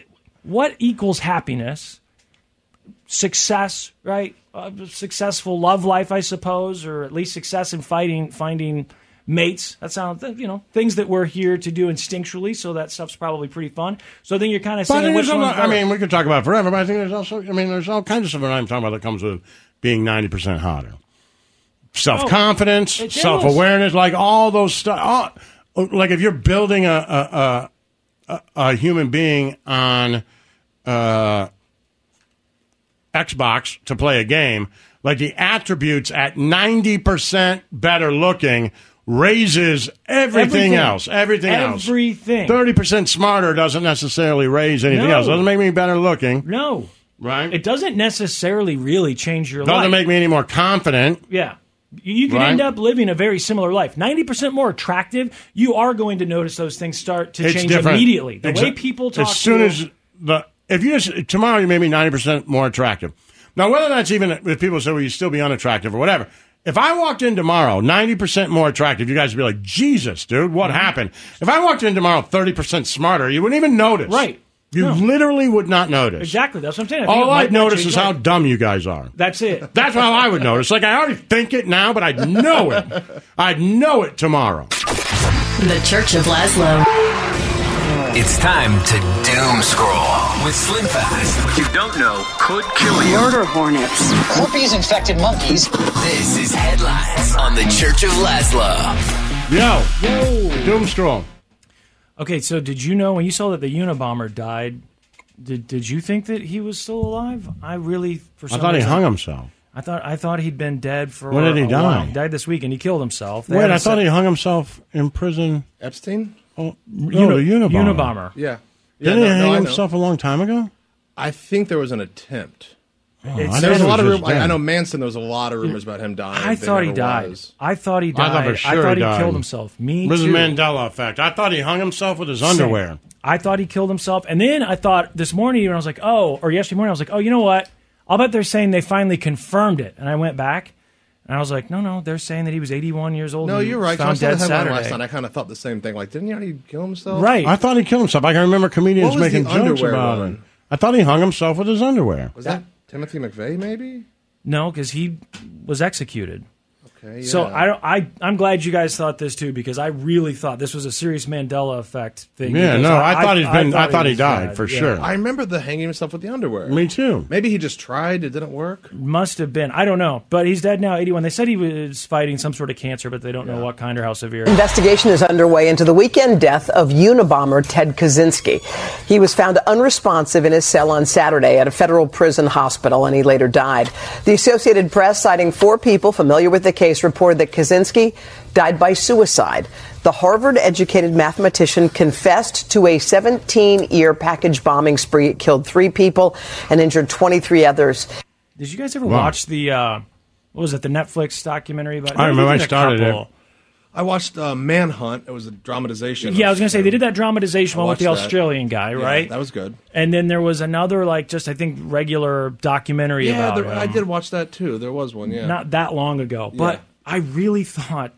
S4: what equals happiness success, right? Uh, successful love life, I suppose, or at least success in fighting, finding mates. That sounds, you know, things that we're here to do instinctually. So that stuff's probably pretty fun. So then you're kind of
S1: But
S4: saying,
S1: there's
S4: which
S1: a
S4: one's
S1: lot- I
S4: better?
S1: mean, we could talk about it forever, but I think there's also, I mean, there's all kinds of stuff that I'm talking about that comes with being 90% hotter. Self confidence,
S4: Oh,
S10: it is.
S1: self awareness, like all those stuff. Like if you're building a, a, a, a, a human being on uh, Xbox to play a game, like the attributes at 90% better looking raises everything, else. Everything else.
S4: Everything.
S1: Thirty percent smarter doesn't necessarily raise anything
S4: No.
S1: else. Doesn't make me better looking.
S4: No.
S1: Right.
S4: It doesn't necessarily really change your
S1: Doesn't
S4: life.
S1: make me any more confident.
S4: yeah. You could
S1: Right.
S4: end up living a very similar life. 90% more attractive, you are going to notice those things start to
S1: It's
S4: change
S1: different.
S4: immediately. The way
S1: Exa-
S4: people talk
S1: as soon
S4: to
S1: as the if you just tomorrow you may be ninety percent more attractive. Now whether that's even if people say well you still be unattractive or whatever. If I walked in tomorrow ninety percent more attractive, you guys would be like Jesus, dude, what
S4: Mm-hmm.
S1: happened? If I walked in tomorrow thirty percent smarter, you wouldn't even notice. Right. You literally would not notice.
S4: Exactly, that's what I'm saying. I think
S1: All
S4: it might
S1: I'd
S4: not
S1: notice
S4: change
S1: is
S4: life.
S1: how dumb you guys are.
S4: That's it.
S1: That's how I would notice. Like I already think it now, but I'd know it. I'd know it tomorrow.
S3: The Church of Laszlo.
S8: It's time to doom scroll with Slim Fast. What you don't know could kill you. Murder hornets. Herpes infected monkeys. This is Headlines on the Church of Laszlo.
S1: Yo, yo, Doomstrong.
S4: Okay, so did you know when you saw that the Unabomber died? Did did you think that he was still alive? I really for
S1: I
S4: some
S1: thought he
S4: reason,
S1: hung himself.
S4: I thought I thought he'd been dead for.
S1: When did he
S4: a
S1: die?
S4: while. He died this week, and he killed himself. They
S1: Wait,
S4: had a
S1: I thought
S4: se-
S1: he hung himself in prison.
S2: Epstein?
S1: Oh,
S2: Uni-
S1: no, the Unabomber.
S2: Unabomber. Yeah. Yeah,
S1: Didn't
S2: no,
S1: he
S2: no,
S1: hang
S2: I know.
S1: himself a long time ago?
S2: I think there was an attempt.
S1: Oh, I It's- thought
S2: there was
S1: it
S2: a lot of
S1: was
S2: rumors. I
S1: dead.
S2: know Manson. There was a lot of rumors about him dying.
S4: I
S2: There
S4: thought he
S2: never
S4: died.
S2: was.
S4: I thought he
S2: I
S4: died.
S2: thought for sure
S4: thought
S2: he
S4: he
S2: died.
S4: killed himself. Me
S1: This is
S4: too.
S1: Mandela effect. I thought he hung himself with his underwear.
S4: Same. I thought he killed himself. And then I thought this morning, even I was like, oh, or yesterday morning, I was like, oh, you know what? I'll bet they're saying they finally confirmed it. And I went back and I was like, no, no, they're saying that he was 81 years old.
S2: No,
S4: and
S2: you're right. 'cause I
S4: Found dead
S2: saw the headline
S4: Saturday.
S2: last night. I kind of thought the same thing. Like, didn't he already kill himself?
S1: I thought he killed himself. I can remember comedians
S2: What was the
S1: making jokes
S2: underwear
S1: about
S2: one?
S1: it. I thought he hung himself with his underwear.
S2: Was that Timothy McVeigh? Maybe.
S4: No, because he was executed.
S2: Okay.
S4: So
S2: yeah.
S4: I don't. I I'm glad you guys thought this too because I really thought this was a serious Mandela effect thing.
S1: Yeah,
S4: because
S1: no, I thought he's been- I thought he
S4: was
S1: died, for
S4: yeah.
S1: sure.
S2: I remember the hanging himself with the underwear.
S1: Me too.
S2: Maybe he just tried. It didn't work.
S4: Must have been. I don't know. But he's dead now, 81. They said he was fighting some sort of cancer, but they don't know what kind or how severe.
S9: Investigation is underway into the weekend death of Unabomber Ted Kaczynski. He was found unresponsive in his cell on Saturday at a federal prison hospital, and he later died. The Associated Press, citing four people familiar with the case, reported that Kaczynski died by suicide. The Harvard educated mathematician confessed to a 17 year package bombing spree. It killed three people and injured 23 others.
S4: Did you guys ever
S9: Wow.
S4: watch the uh, what was it? The Netflix documentary about?
S1: I remember I started it.
S2: I watched uh, Manhunt. It was a dramatization.
S4: Yeah, I was gonna say they did that dramatization
S2: I
S4: one with the
S2: watched that.
S4: Australian guy,
S2: Yeah,
S4: right?
S2: That was good.
S4: and then there was another like just I think regular documentary
S2: Yeah,
S4: about
S2: there, I
S4: him.
S2: did watch that too. There was one. Yeah.
S4: not that long ago. But
S2: Yeah.
S4: I really thought,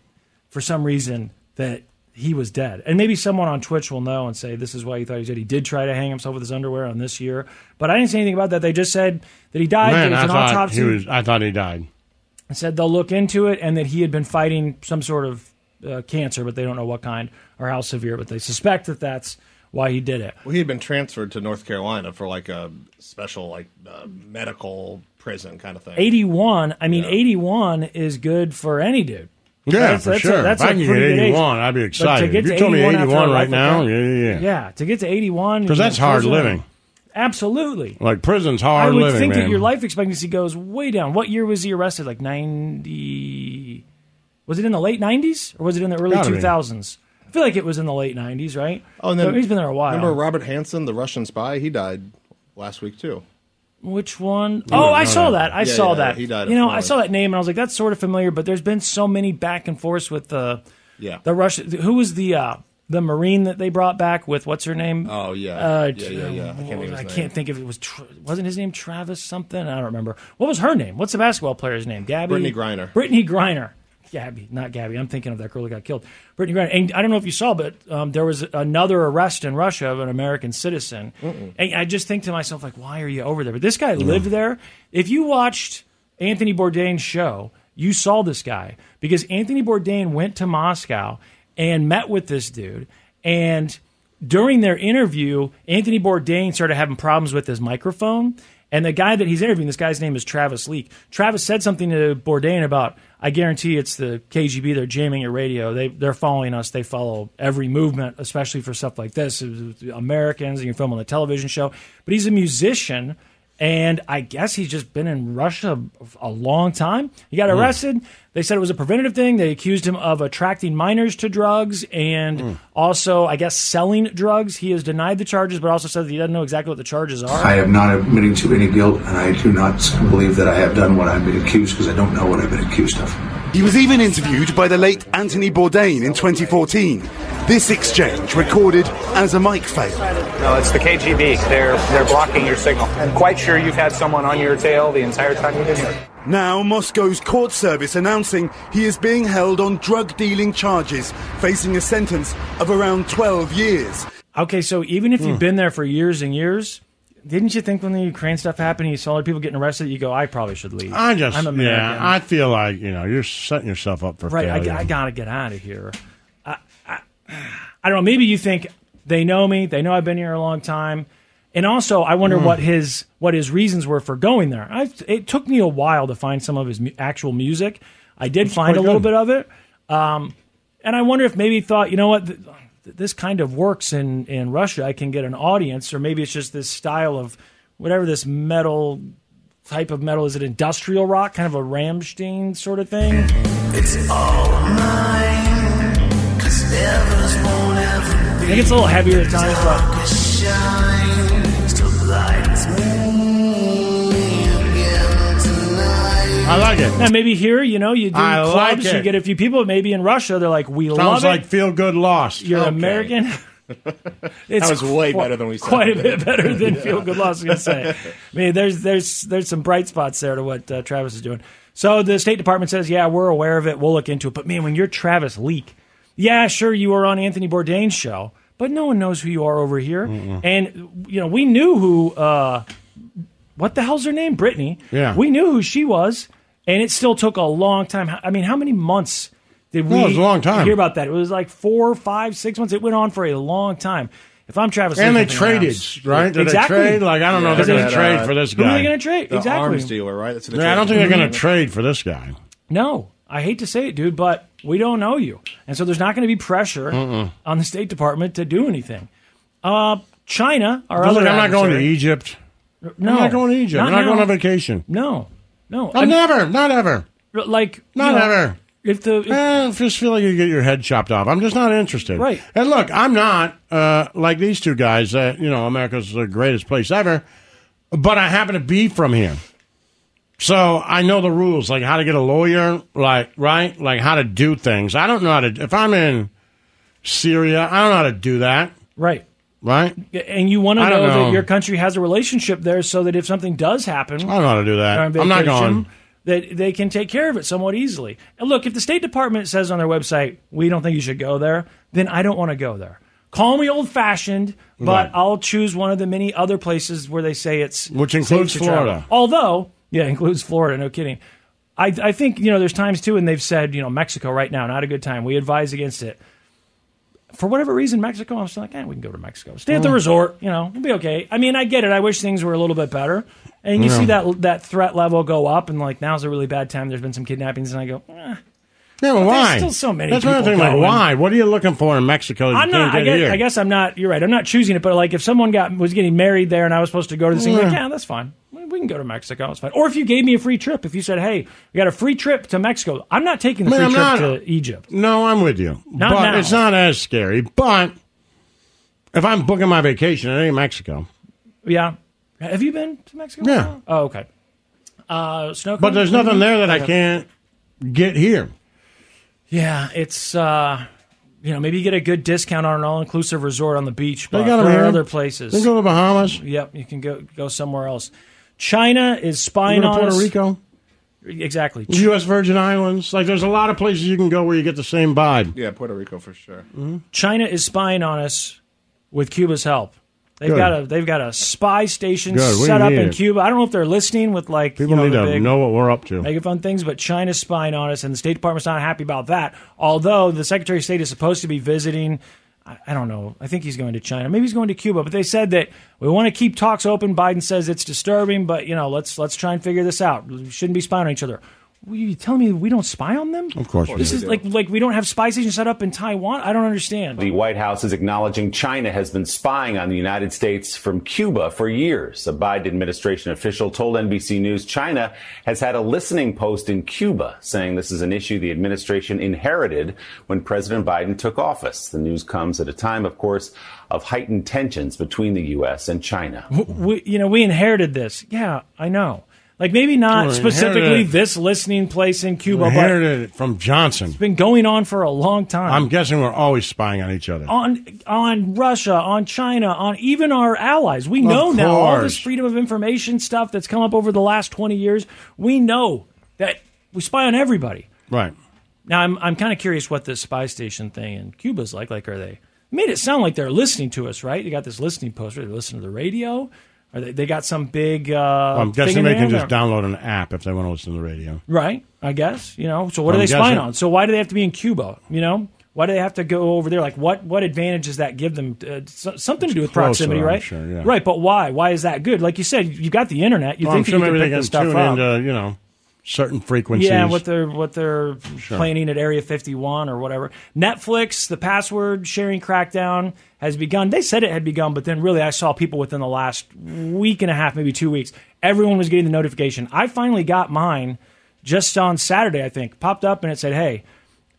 S4: for some reason, that he was dead. And maybe someone on Twitch will know and say this is why you thought he was dead. He did try to hang himself with his underwear on this year, but I didn't say anything about that. They just said that he died.
S1: Man,
S4: there was
S1: I
S4: an
S1: thought
S4: autopsy.
S1: he was. I thought he died.
S4: and said they'll look into it and that he had been fighting some sort of uh, cancer, but they don't know what kind or how severe, but they suspect that that's why he did it.
S2: Well, he had been transferred to North Carolina for like a special, like uh, medical prison kind of thing.
S4: 81, I mean, 81 is good for any dude.
S1: Yeah, for sure.
S4: that's
S1: if
S4: a
S1: I can get
S4: pretty good age.
S1: 81, I'd be
S4: But to
S1: excited.
S4: get
S1: If you
S4: to
S1: told me
S4: 81 after
S1: 81
S4: a
S1: right
S4: life
S1: now,
S4: like that-
S1: yeah, yeah, yeah.
S4: to get to 81.
S1: 'Cause
S4: you
S1: that's
S4: know,
S1: hard
S4: prison-
S1: living.
S4: Absolutely.
S1: Like prison's
S4: I
S1: hard
S4: would
S1: living,
S4: think
S1: man.
S4: that your life expectancy goes way down. What year was he arrested? Like 90. Was it in the late 90s or was it in the early
S2: Gotta be.
S4: 2000s? I feel like it was in the late 90s, right?
S2: Oh, and then
S4: So he's been there a while.
S2: Remember Robert Hansen, the Russian spy? He died last week too.
S4: Which one?
S2: You
S4: Oh,
S2: don't
S4: I
S2: know
S4: saw
S2: that.
S4: that. I
S2: Yeah,
S4: saw
S2: yeah,
S4: that.
S2: he died
S4: You know,
S2: of
S4: I saw that name and I was like, that's sort of familiar. But there's been so many back and forths with the
S2: Yeah.
S4: the Russian. Who was the uh, the Marine that they brought back with what's her name?
S2: Oh yeah.
S4: Uh,
S2: yeah, yeah, yeah. I can't think of his
S4: I
S2: name.
S4: can't think if it was Tra- wasn't his name Travis something. I don't remember. What was her name? What's the basketball player's name? Gabby
S2: Brittany Griner.
S4: Brittany Griner. Gabby, not Gabby. I'm thinking of that girl who got killed. Brittany Griner. And I don't know if you saw, but um, there was another arrest in Russia of an American citizen.
S2: Mm-mm.
S4: And I just think to myself, like, why are you over there? But this guy lived there. If you watched Anthony Bourdain's show, you saw this guy because Anthony Bourdain went to Moscow and met with this dude. And during their interview, Anthony Bourdain started having problems with his microphone. And the guy that he's interviewing, this guy's name is Travis Leak. Travis said something to Bourdain about, I guarantee it's the KGB. They're jamming your radio. They, they're following us. They follow every movement, especially for stuff like this. It was Americans, you can film on the television show. But he's a musician. And I guess he's just been in Russia a long time. He got
S1: Hmm.
S11: Mm.
S4: arrested. They said it was a preventative thing. They accused him of attracting minors to drugs and
S1: Hmm.
S4: also, I guess, selling drugs. He has denied the charges, but also said that he doesn't know exactly what the charges are.
S12: I am not admitting to any guilt, and I do not believe that I have done what I've been accused because I don't know what I've been accused of.
S11: He was even interviewed by the late Anthony Bourdain in 2014. This exchange recorded as a mic fail.
S12: No, it's the KGB. They're they're blocking your signal. I'm quite sure you've had someone on your tail the entire time you've been here.
S11: Now, Moscow's court service announcing he is being held on drug dealing charges, facing a sentence of around 12 years.
S4: Okay, so even if
S11: Hmm.
S4: you've been there for years and years, didn't you think when the Ukraine stuff happened, you saw other people getting arrested, you go, I probably should leave.
S1: I just,
S4: I'm American.
S1: yeah, I feel like you know you're setting yourself up for
S4: right. I,
S1: failure.
S4: I gotta get out of here. I, I, I don't know. Maybe you think they know me. They know I've been here a long time. And also, I wonder
S1: Mm.
S4: what his what his reasons were for going there. I, it took me a while to find some of his mu- actual music. I did find a
S1: quite
S4: little
S1: good.
S4: bit of it, um, and I wonder if maybe he thought, you know what, th- th- this kind of works in in Russia. I can get an audience, or maybe it's just this style of whatever this metal type of metal is. It industrial rock, kind of a Ramstein sort of thing.
S8: It's all mine. Cause others won't ever
S4: I think it's a little heavier at times, but
S1: I like it.
S4: Now maybe here, you know, you do
S1: I
S4: clubs,
S1: like
S4: you
S1: it.
S4: get a few people. Maybe in Russia, they're like, we love
S1: Sounds like
S4: it.
S1: feel good lost.
S4: You're
S1: <laughs>
S4: American.
S1: That was way
S4: qu-
S1: better than we said.
S4: Quite a bit better than
S1: Yeah.
S4: feel good loss. I was gonna say. I mean, there's there's there's some bright spots there to what uh, Travis is doing. So the State Department says, yeah, we're aware of it. We'll look into it. But man, when you're Travis Leak, yeah, sure, you were on Anthony Bourdain's show, but no one knows who you are over here. And you know, we knew who. Uh, what the hell's her name? Brittany.
S1: Yeah.
S4: We knew who she was, and it still took a long time. How- I mean, how many months did we
S1: No, it was a long time.
S4: hear about that? It was like four, five, six months. It went on for a long time. If I'm Travis,
S1: And
S4: Lee,
S1: they
S4: I'm
S1: traded,
S4: honest.
S1: right? Did they
S4: exactly.
S1: trade? Like, I don't know if they're
S4: Because
S1: gonna trade for this
S4: Who are
S1: guy.
S4: they going to trade?
S1: The
S4: exactly.
S1: arms
S2: dealer, right? That's
S1: Yeah, I don't think they're going to trade for this guy.
S4: No, I hate to say it, dude, but we don't know you, and so there's not going to be pressure
S1: Mm-mm.
S4: on the State Department to do anything. Uh, China, our
S1: Look,
S4: other
S1: I'm not going to
S4: adversary-
S1: Egypt.
S4: No,
S1: I'm not going to Egypt.
S4: Not
S1: I'm not
S4: now.
S1: going on vacation.
S4: No, no,
S1: I'm never, not ever,
S4: like
S1: not
S4: you know,
S1: ever.
S4: If the if-
S1: Eh, I just feel like you get your head chopped off. I'm just not interested.
S4: Right.
S1: And look, I'm not uh, like these two guys. That you know, America's the greatest place ever. But I happen to be from here, so I know the rules, like how to get a lawyer, like right, like how to do things. I don't know how to. If I'm in Syria, I don't know how to do that.
S4: Right.
S1: Right.
S4: and you want to
S1: I don't
S4: know,
S1: know.
S4: that your country has a relationship there, so that if something does happen,
S1: I don't know how to do that.
S4: during
S1: I'm not
S4: vacation,
S1: going.
S4: That they can take care of it somewhat easily. And look, if the State Department says on their website, "We don't think you should go there," then I don't want to go there. Call me old fashioned, but
S1: Right.
S4: I'll choose one of the many other places where they say it's
S1: Which
S4: safe
S1: includes
S4: to travel.
S1: Florida.
S4: Although, yeah, <laughs> includes Florida. No kidding. I, I think you know there's times too, and they've said you know Mexico right now not a good time. We advise against it for whatever reason, Mexico, I'm still like, eh, we can go to Mexico. Stay at the
S1: Mm.
S4: resort, you know, we'll be okay. I mean, I get it. I wish things were a little bit better. And you
S1: Yeah.
S4: see that that threat level go up, and like now's a really bad time. There's been some kidnappings, and I go, eh.
S1: Yeah,
S4: But
S1: but
S4: there's
S1: why?
S4: still so many
S1: That's another thing.
S4: people
S1: Like,
S4: going.
S1: why? What are you looking for in Mexico? that you
S4: I'm
S1: can't
S4: not. I
S1: get
S4: guess,
S1: here?
S4: I guess I'm not. You're right. I'm not choosing it. But like, if someone got was getting married there, and I was supposed to go to this thing, like,
S1: Yeah.
S4: yeah, that's fine. We we can go to Mexico. It's fine. Or if you gave me a free trip, if you said, hey, we got a free trip to Mexico, I'm not taking the
S1: Man,
S4: free
S1: I'm
S4: trip
S1: not-
S4: to Egypt.
S1: No, I'm with you.
S4: Not
S1: but
S4: now.
S1: it's not as scary. But if I'm booking my vacation, it ain't Mexico.
S4: Yeah. Have you been to Mexico?
S1: Yeah.
S4: Oh, okay. Uh, snow.
S1: But there's nothing there that I can't get here.
S4: Yeah, it's uh, you know maybe you get a good discount on an all-inclusive resort on the beach,
S1: They
S4: but
S1: got
S4: there
S1: 'em
S4: are
S1: here.
S4: other places.
S1: They go to the Bahamas.
S4: Yep, you can go go somewhere else. China is spying
S1: You go to
S4: on
S1: Puerto
S4: us.
S1: Rico?
S4: Exactly.
S1: The U.S. Virgin Islands. Like, there's a lot of places you can go where you get the same vibe.
S2: Yeah, Puerto Rico for sure.
S4: China is spying on us with Cuba's help. They've
S1: Good.
S4: got a they've got a spy station
S1: Good, we
S4: set up
S1: need
S4: in
S1: it.
S4: Cuba. I don't know if they're listening with like
S1: People
S4: you know,
S1: need
S4: the
S1: to
S4: big,
S1: know what we're up to.
S4: Making fun things, but China's spying on us, and the State Department's not happy about that. Although the Secretary of State is supposed to be visiting, I, I don't know. I think he's going to China. Maybe he's going to Cuba. But they said that we want to keep talks open. Biden says it's disturbing, but you know, let's let's try and figure this out. We shouldn't be spying on each other. Well, you telling me we don't spy on them? Of
S1: course,
S4: This is like like we don't have spy stations set up in Taiwan. I don't understand.
S13: The White House is acknowledging China has been spying on the United States from Cuba for years. A Biden administration official told NBC News China has had a listening post in Cuba saying this is an issue the administration inherited when
S1: Oh,
S13: President Biden took office. The news comes at a time, of course, of
S1: Hmm.
S13: heightened tensions between the U.S. and China.
S4: we, you know, we inherited this. Yeah, I know. Like maybe not
S1: Well, they
S4: specifically
S1: inherited it.
S4: this listening place in Cuba, but
S1: Inherited it from Johnson.
S4: been going on for a long time.
S1: I'm guessing we're always spying on each other.
S4: on on Russia, on China, on even our allies. We
S1: Of
S4: know now all this
S1: course.
S4: freedom of information stuff that's come up over the last 20 years. We know that we spy on everybody.
S1: Right.
S4: Now I'm I'm kind of curious what this spy station thing in Cuba's like. Like, are they made it sound like they're listening to us, right? They got this listening post. Are they listening to the radio? Are they, they got some big? Uh,
S1: I'm
S4: thing
S1: guessing
S4: in
S1: they
S4: there?
S1: can just
S4: They're-
S1: download an app if they want to listen to the radio.
S4: Right, I guess. You know, so what
S1: I'm
S4: are they spying
S1: guessing-
S4: on? So why do they have to be in Cuba? You know, why do they have to go over there? Like, what what advantage does that give them? Uh, so, something to do with
S1: closer,
S4: proximity,
S1: I'm
S4: right?
S1: sure, yeah.
S4: Right, but why? Why is that good? Like you said, you got the internet. You
S1: Well, I'm
S4: think
S1: sure
S4: that you
S1: maybe
S4: can
S1: they
S4: pick
S1: can
S4: this stuff
S1: tune
S4: up?
S1: into you know certain frequencies.
S4: Yeah, what they're what they're
S1: Sure.
S4: planning at Area 51 or whatever. Netflix, the password sharing crackdown has begun. They said it had begun, but then really I saw people within the last week and a half, maybe two weeks. Everyone was getting the notification. I finally got mine just on Saturday, I think. Popped up and it said, "Hey."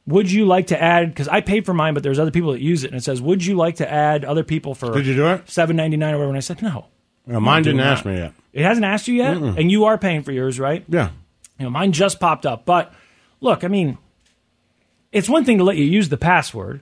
S4: Would you like to add? Because I paid for mine, but there's other people that use it, and it says, "Would you like to add other people for?"
S1: Did you do it?
S4: Seven ninety nine or whatever. And I said, "No."
S1: Yeah, mine
S4: I'm doing
S1: didn't ask
S4: that.
S1: me yet.
S4: It hasn't asked you yet,
S1: Mm-mm.
S4: and you are paying for yours, right?
S1: Yeah.
S4: You know, mine just popped up. But look, I mean, it's one thing to let you use the password.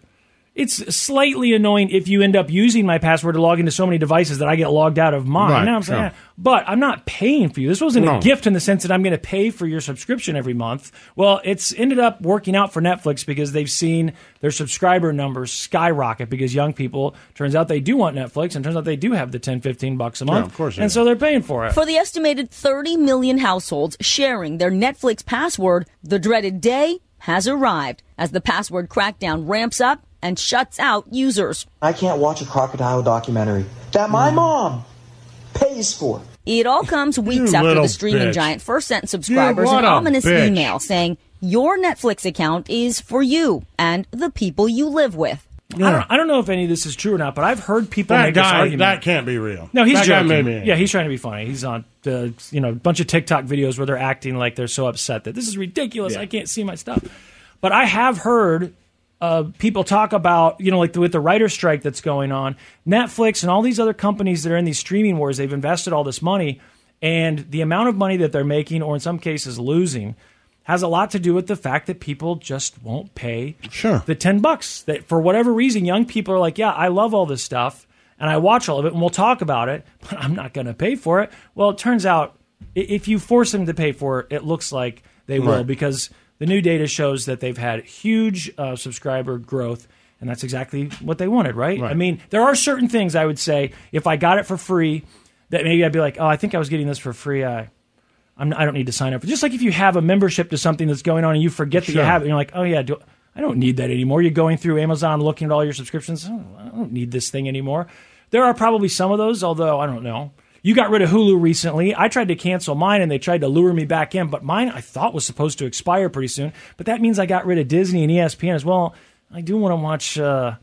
S4: It's slightly annoying if you end up using my password to log into so many devices that I get logged out of mine.
S1: Right,
S4: Now I'm saying,
S1: sure.
S4: "Eh." but I'm not paying for you. This wasn't
S1: No.
S4: a gift in the sense that I'm going to pay for your subscription every month. Well, it's ended up working out for Netflix because they've seen their subscriber numbers skyrocket because young people turns out they do want Netflix and turns out they do have the 10 15 bucks a
S1: Yeah,
S4: month.
S1: of course they
S4: And
S1: do.
S4: so they're paying for it.
S14: For the estimated 30 million households sharing their Netflix password, the dreaded day has arrived as the password crackdown ramps up and shuts out users. Mm.
S15: I can't watch a crocodile documentary that my mom pays for.
S14: It all comes weeks
S15: You
S14: after
S15: little
S14: the streaming
S15: bitch.
S14: giant first sent subscribers
S15: what
S14: an
S15: a
S14: ominous
S15: bitch.
S14: email saying, Your Netflix account is for you and the people you live with.
S4: I, don't, I don't know if any of this is true or not, but I've heard people
S1: That
S4: make this
S1: guy,
S4: argument.
S1: that can't be real.
S4: No, he's
S1: that
S4: joking.
S1: Guy made me.
S4: yeah, he's trying to be funny. He's on uh, you know a bunch of TikTok videos where they're acting like they're so upset that this is ridiculous. I can't see my stuff. But I have heard uh, people talk about you know like the, with the writer strike that's going on, Netflix and all these other companies that are in these streaming wars. They've invested all this money, and the amount of money that they're making, or in some cases losing. Has a lot to do with the fact that people just won't pay
S1: sure.
S4: the 10 bucks that for whatever reason young people are like yeah i love all this stuff and i watch all of it and we'll talk about it <laughs> but i'm not going to pay for it well it turns out i- if you force them to pay for it it looks like they will
S1: Right.
S4: because the new data shows that they've had huge uh, subscriber growth and that's exactly what they wanted right? i mean there are certain things i would say if i got it for free that maybe i'd be like oh i think i was getting this for free uh, i I'm, I don't need to sign up. Just like if you have a membership to something that's going on and you forget that
S1: Sure.
S4: you have it, and you're like, oh yeah, do, I don't need that anymore. You're going through Amazon looking at all your subscriptions. Oh, I don't need this thing anymore. There are probably some of those, although I don't know. You got rid of Hulu recently. I tried to cancel mine and they tried to lure me back in, but mine I thought was supposed to expire pretty soon. But that means I got rid of Disney and E ESPN as well. I do want to watch uh,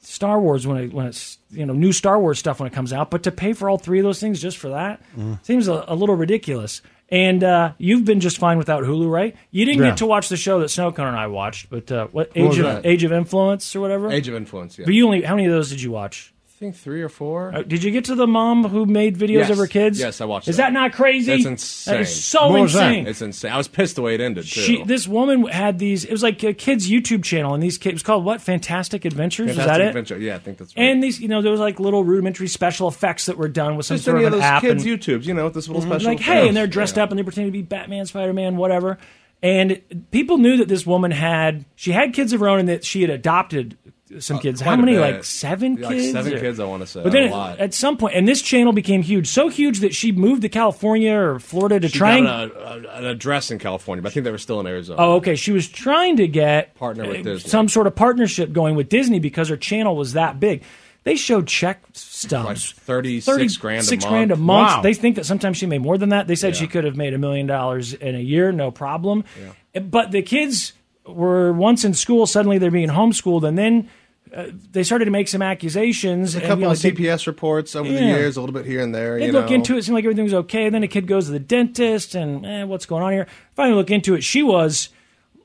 S4: Star Wars when it, when it's you know new Star Wars stuff when it comes out, but to pay for all three of those things just for that,
S2: Mm.
S4: Seems a, a little ridiculous. And uh, you've been just fine without Hulu, right? You didn't
S2: Yeah.
S4: get to watch the show that Snow Cone and I watched, but uh, what
S2: What
S4: Age
S2: was
S4: of,
S2: that?
S4: Age of Influence or whatever?
S2: Age of Influence, yeah.
S4: But you only how many of those did you watch?
S2: I think three or four.
S4: Uh, did you get to the mom who made videos
S2: Yes.
S4: of her kids?
S2: Yes, I watched
S4: Is that not crazy?
S2: That's insane.
S4: That is so insane.
S2: It's insane. I was pissed the way it ended, too.
S4: She, this woman had these. It was like a kids' YouTube channel, and these kids it was called what? Fantastic Adventures.
S2: Fantastic
S4: Is that it?
S2: Adventure. Yeah, I think that's right.
S4: And these, you know, there was like little rudimentary special effects that were done with some
S2: Just
S4: sort
S2: any
S4: of
S2: of
S4: an
S2: those
S4: app.
S2: kids'
S4: and,
S2: YouTubes, you know, with this little
S4: Mhm.
S2: special.
S4: Like, hey, and they're
S2: effects.
S4: dressed up and they pretend to be Batman, Spider Man, whatever. And people knew that this woman had she had kids of her own and that she had adopted some kids. How
S2: Uh, quite a
S4: many?
S2: bit.
S4: Like seven
S2: Yeah, like
S4: kids.
S2: seven
S4: or-
S2: kids, I wanna say.
S4: But then
S2: A
S4: at-
S2: lot.
S4: at some point, and this channel became huge, so huge that she moved to California or Florida to
S2: She
S4: try and
S2: got a, a, an address in California, but I think they were still in Arizona.
S4: Oh, okay. She was trying to get
S2: Partner with
S4: uh,
S2: Disney.
S4: some sort of partnership going with Disney because her channel was that big. They showed check
S2: like
S4: stubs.
S2: 36 grand a
S4: six
S2: month.
S4: grand a month.
S2: Wow.
S4: They think that sometimes she made more than that. They said she could have made a million dollars in a year, no problem. But the kids were once in school, suddenly they're being homeschooled, and then uh, they started to make some accusations.
S2: There's a
S4: and, you
S2: couple
S4: know,
S2: of
S4: they-
S2: CPS reports over the
S4: Yeah.
S2: years, a little bit here and there.
S4: they
S2: you
S4: look
S2: know.
S4: into it, seemed like everything was okay. And then a kid goes to the dentist, and eh, what's going on here? Finally, look into it. She was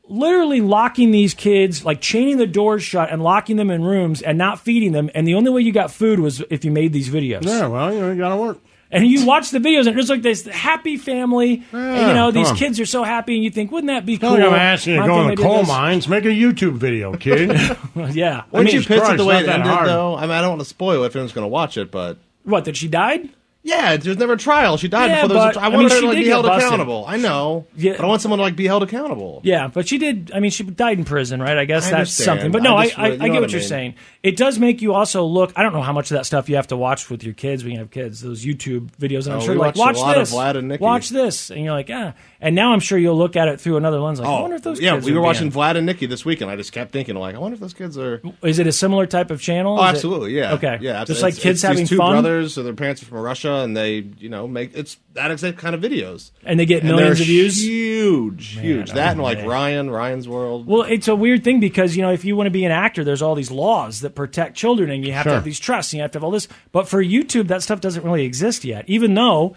S4: literally locking these kids, like chaining the doors shut and locking them in rooms and not feeding them. And the only way you got food was if you made these videos.
S1: Yeah, well, you know, you gotta work.
S4: And you watch the videos, and it's like this happy family. and, you
S1: Yeah,
S4: know, these
S1: come on.
S4: kids are so happy, and you think, wouldn't that be
S1: Not
S4: cool?
S1: like I'm asking you to
S4: My
S1: go in
S4: family
S1: the
S4: did
S1: coal
S4: this.
S1: mines. Make a YouTube video, kid.
S4: <laughs> yeah.
S1: I mean,
S2: Weren't you pissed at
S1: Christ,
S2: the way
S1: not
S2: it
S1: that
S2: ended,
S1: hard.
S2: though? I mean, I don't want to spoil it if anyone's going to watch it, but
S4: what that she died?
S2: Yeah, there's never a trial. She died
S4: Yeah,
S2: before there was.
S4: but-
S2: A
S4: I
S2: trial. I
S4: mean,
S2: want her
S4: she
S2: to like,
S4: did
S2: be
S4: get
S2: held
S4: busted.
S2: accountable. I know, yeah. but I want someone to like be held accountable.
S4: Yeah, but she did. I mean, she died in prison, right? I guess
S2: I
S4: that's
S2: understand.
S4: something. But no, I,
S2: I
S4: I,
S2: just-
S4: I,
S2: you know
S4: get what,
S2: what I
S4: you're
S2: mean.
S4: saying. It does make you also look. I don't know how much of that stuff you have to watch with your kids when you have kids. Those YouTube videos, and I'm
S2: Oh,
S4: sure
S2: we
S4: like
S2: watched a
S4: watch
S2: lot of
S4: this,
S2: Vlad and Nikki.
S4: watch this, and you're like, ah. And now I'm sure you'll look at it through another lens. Like, I wonder if those.
S2: Oh, yeah,
S4: kids
S2: we
S4: would
S2: were
S4: be
S2: watching
S4: in.
S2: Vlad and Nikki this week, and I just kept thinking, like, I wonder if those kids are.
S4: Is it a similar type of channel?
S2: Oh,
S4: Is it-
S2: absolutely, yeah.
S4: Okay,
S2: yeah,
S4: Just
S2: absolutely.
S4: like
S2: It's-
S4: kids
S2: it's these
S4: having
S2: two
S4: fun.
S2: brothers, so their parents are from Russia, and they, you know, make it's that exact kind of videos,
S4: And they get
S2: they're
S4: millions of views?
S2: Huge,
S4: Man,
S2: huge. That and
S4: oh,
S2: like
S4: man.
S2: Ryan, Ryan's World.
S4: Well, it's a weird thing because you know if you want to be an actor, there's all these laws that protect children, and you have to
S2: Sure.
S4: have these trusts, and you have to have all this. But for YouTube, that stuff doesn't really exist yet, even though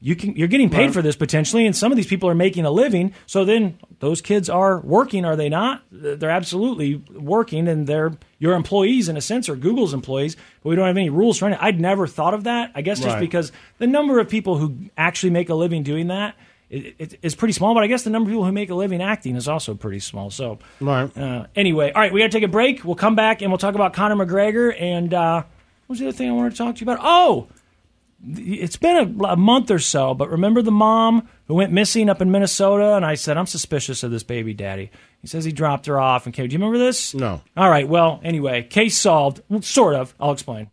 S4: you can you're getting paid
S2: Right.
S4: for this potentially, and some of these people are making a living. So then those kids are working, are they not? They're absolutely working, and they're your employees in a sense, or Google's employees. But we don't have any rules around it. I'd never thought of that. I guess just
S2: Right.
S4: because the number of people who actually make a living doing that. i- it- It's pretty small, but I guess the number of people who make a living acting is also pretty small. So,
S1: Right.
S4: uh, anyway, all right, we got to take a break. We'll come back and we'll talk about Conor McGregor and uh, what was the other thing I wanted to talk to you about? Oh, th- it's been a, a month or so, but remember the mom who went missing up in Minnesota? And I said, I'm suspicious of this baby daddy. He says he dropped her off and came. Do you remember this? No. All right, well, anyway, case solved. Well, Sort of. I'll explain.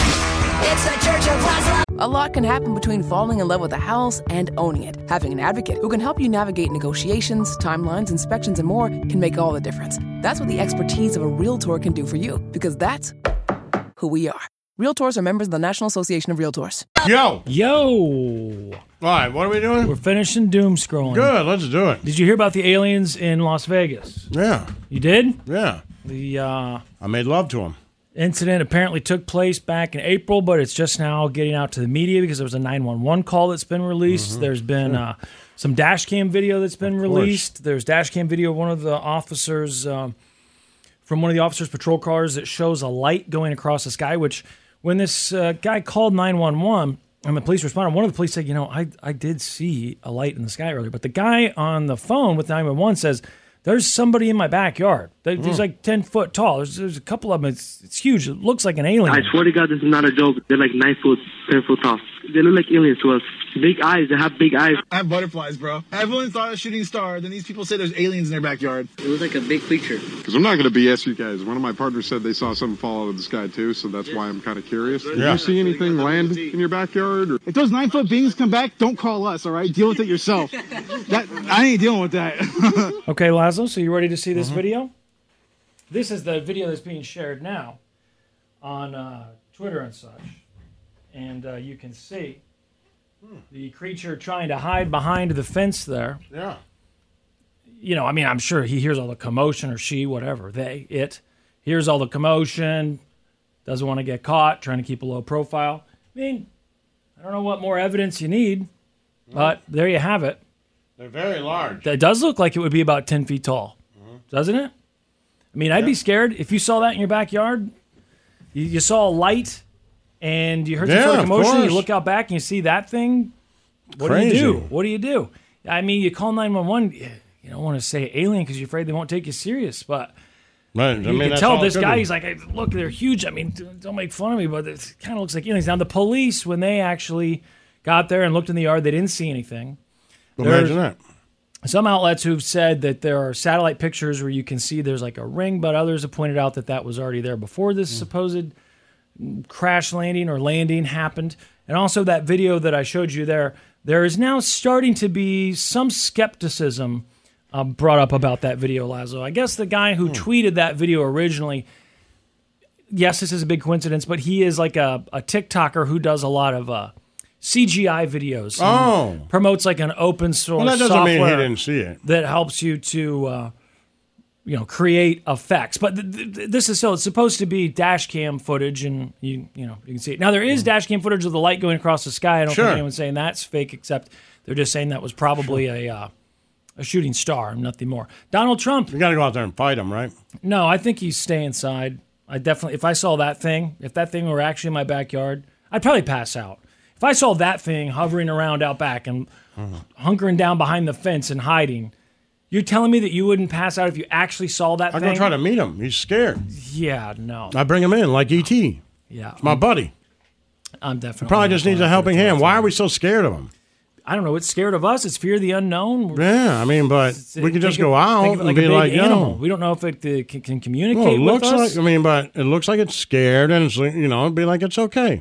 S16: It's the Church of Laszlo. A lot can happen between falling in love with a house and owning it. Having an advocate who can help you navigate negotiations, timelines, inspections, and more can make all the difference. That's what the expertise of a Realtor can do for you, because that's who we are. Realtors are members of the National Association of Realtors.
S1: Yo.
S4: Yo. All
S1: right, what are we doing?
S4: We're finishing doom scrolling.
S1: Good, let's do it.
S4: Did you hear about the aliens in Las Vegas?
S1: Yeah.
S4: You did?
S1: Yeah.
S4: The uh,
S1: I made love to him.
S4: incident apparently took place back in April, but it's just now getting out to the media because there was a 911 call that's been released.
S2: Mhm.
S4: There's been
S2: Sure.
S4: uh, some dash cam video that's been
S2: course.
S4: released. There's dash cam video of one of the officers um, from one of the officers' patrol cars that shows a light going across the sky. Which, when this uh, guy called 911 and the police responded, one of the police said, You know, I, I did see a light in the sky earlier. But the guy on the phone with 911 says, There's somebody in my backyard. They- He's
S17: Mm.
S4: like 10 foot tall. There's, there's a couple of them. It's, it's huge. It looks like an alien.
S17: I swear to God, this is not a joke. They're like nine foot, ten foot tall. They look like aliens to us. Big eyes. They have big eyes.
S18: I have butterflies, bro. Everyone thought a shooting star. Then these people say there's aliens in their backyard. It was like a big creature.
S19: Because I'm not going to BS you guys. One of my partners said they saw something fall out of the sky too, so that's why I'm kind of curious. Did
S18: Yeah.
S19: you see anything land in your backyard? Or
S18: If those nine foot beings come back, don't call us. All right, deal with it yourself. that I ain't dealing with that.
S4: Okay, Laszlo, so you ready to see this video? This is the video that's being shared now on uh, Twitter and such. And uh, you can see the creature trying to hide behind the fence there.
S1: Yeah.
S4: You know, I mean, I'm sure he hears all the commotion, or she, whatever, they, it, hears all the commotion, doesn't want to get caught, trying to keep a low profile. I mean, I don't know what more evidence you need, but there you have it.
S1: They're very large.
S4: It does look like it would be about 10 feet tall,
S1: Mm-hmm.
S4: doesn't it? I mean, I'd be scared if you saw that in your backyard. You, you saw a light and you heard some
S1: Yeah,
S4: sort of
S1: of
S4: commotion. you
S1: course.
S4: look out back and you see that thing. What do
S1: Crazy.
S4: you do? What do you do? I mean, you call 911. You don't want to say alien because you're afraid they won't take you serious, but
S1: Right. I
S4: you
S1: mean,
S4: can
S1: that's
S4: tell
S1: all it
S4: this
S1: could
S4: guy,
S1: be.
S4: he's like, "Hey, look, they're huge. I mean, d- don't make fun of me, but it kind of looks like aliens. Now, the police, when they actually got there and looked in the yard, they didn't see anything.
S1: Well, imagine that.
S4: Some outlets who've said that there are satellite pictures where you can see there's like a ring, but others have pointed out that that was already there before this
S1: Mm.
S4: supposed crash landing or landing happened. And also that video that I showed you there, there is now starting to be some skepticism uh, brought up about that video, Lazo. I guess the guy
S1: Hmm.
S4: who tweeted that video originally, yes, this is a big coincidence, but he is like a, a TikToker who does a lot of uh, CGI videos. and
S1: Oh.
S4: Promotes like an open source
S1: Well, that doesn't
S4: software
S1: mean he didn't see it.
S4: that helps you to uh, you know create effects but th- th- this is so it's supposed to be dash cam footage and you you know you can see it now there is dash cam footage of the light going across the sky i don't
S1: Sure.
S4: think anyone's saying that's fake except they're just saying that was probably a uh, a shooting star nothing more donald trump you
S1: gotta go out there and fight him right
S4: no i think he's stay inside i definitely if i saw that thing if that thing were actually in my backyard i'd probably pass out If I saw that thing hovering around out back and hunkering down behind the fence and hiding, you're telling me that you wouldn't pass out if you actually saw that
S1: I'm
S4: thing?
S1: gonna try to meet him. He's scared.
S4: Yeah, no.
S1: I bring him in like ET. It's
S4: Yeah.
S1: my buddy.
S4: I'm definitely.
S1: Probably just needs a helping hand. Why are we so scared of him?
S4: I don't know. It's scared of us. It's fear of the unknown. We're-
S1: Yeah, I mean, but we
S4: think
S1: can just
S4: of-
S1: go out
S4: think of it
S1: and
S4: a
S1: be
S4: big
S1: like,
S4: animal.
S1: yo.
S4: We don't know if it uh, can, can communicate
S1: Well, it
S4: with
S1: looks like
S4: us.
S1: I mean, but it looks like it's scared, and it's like, you know, it'd be like it's okay.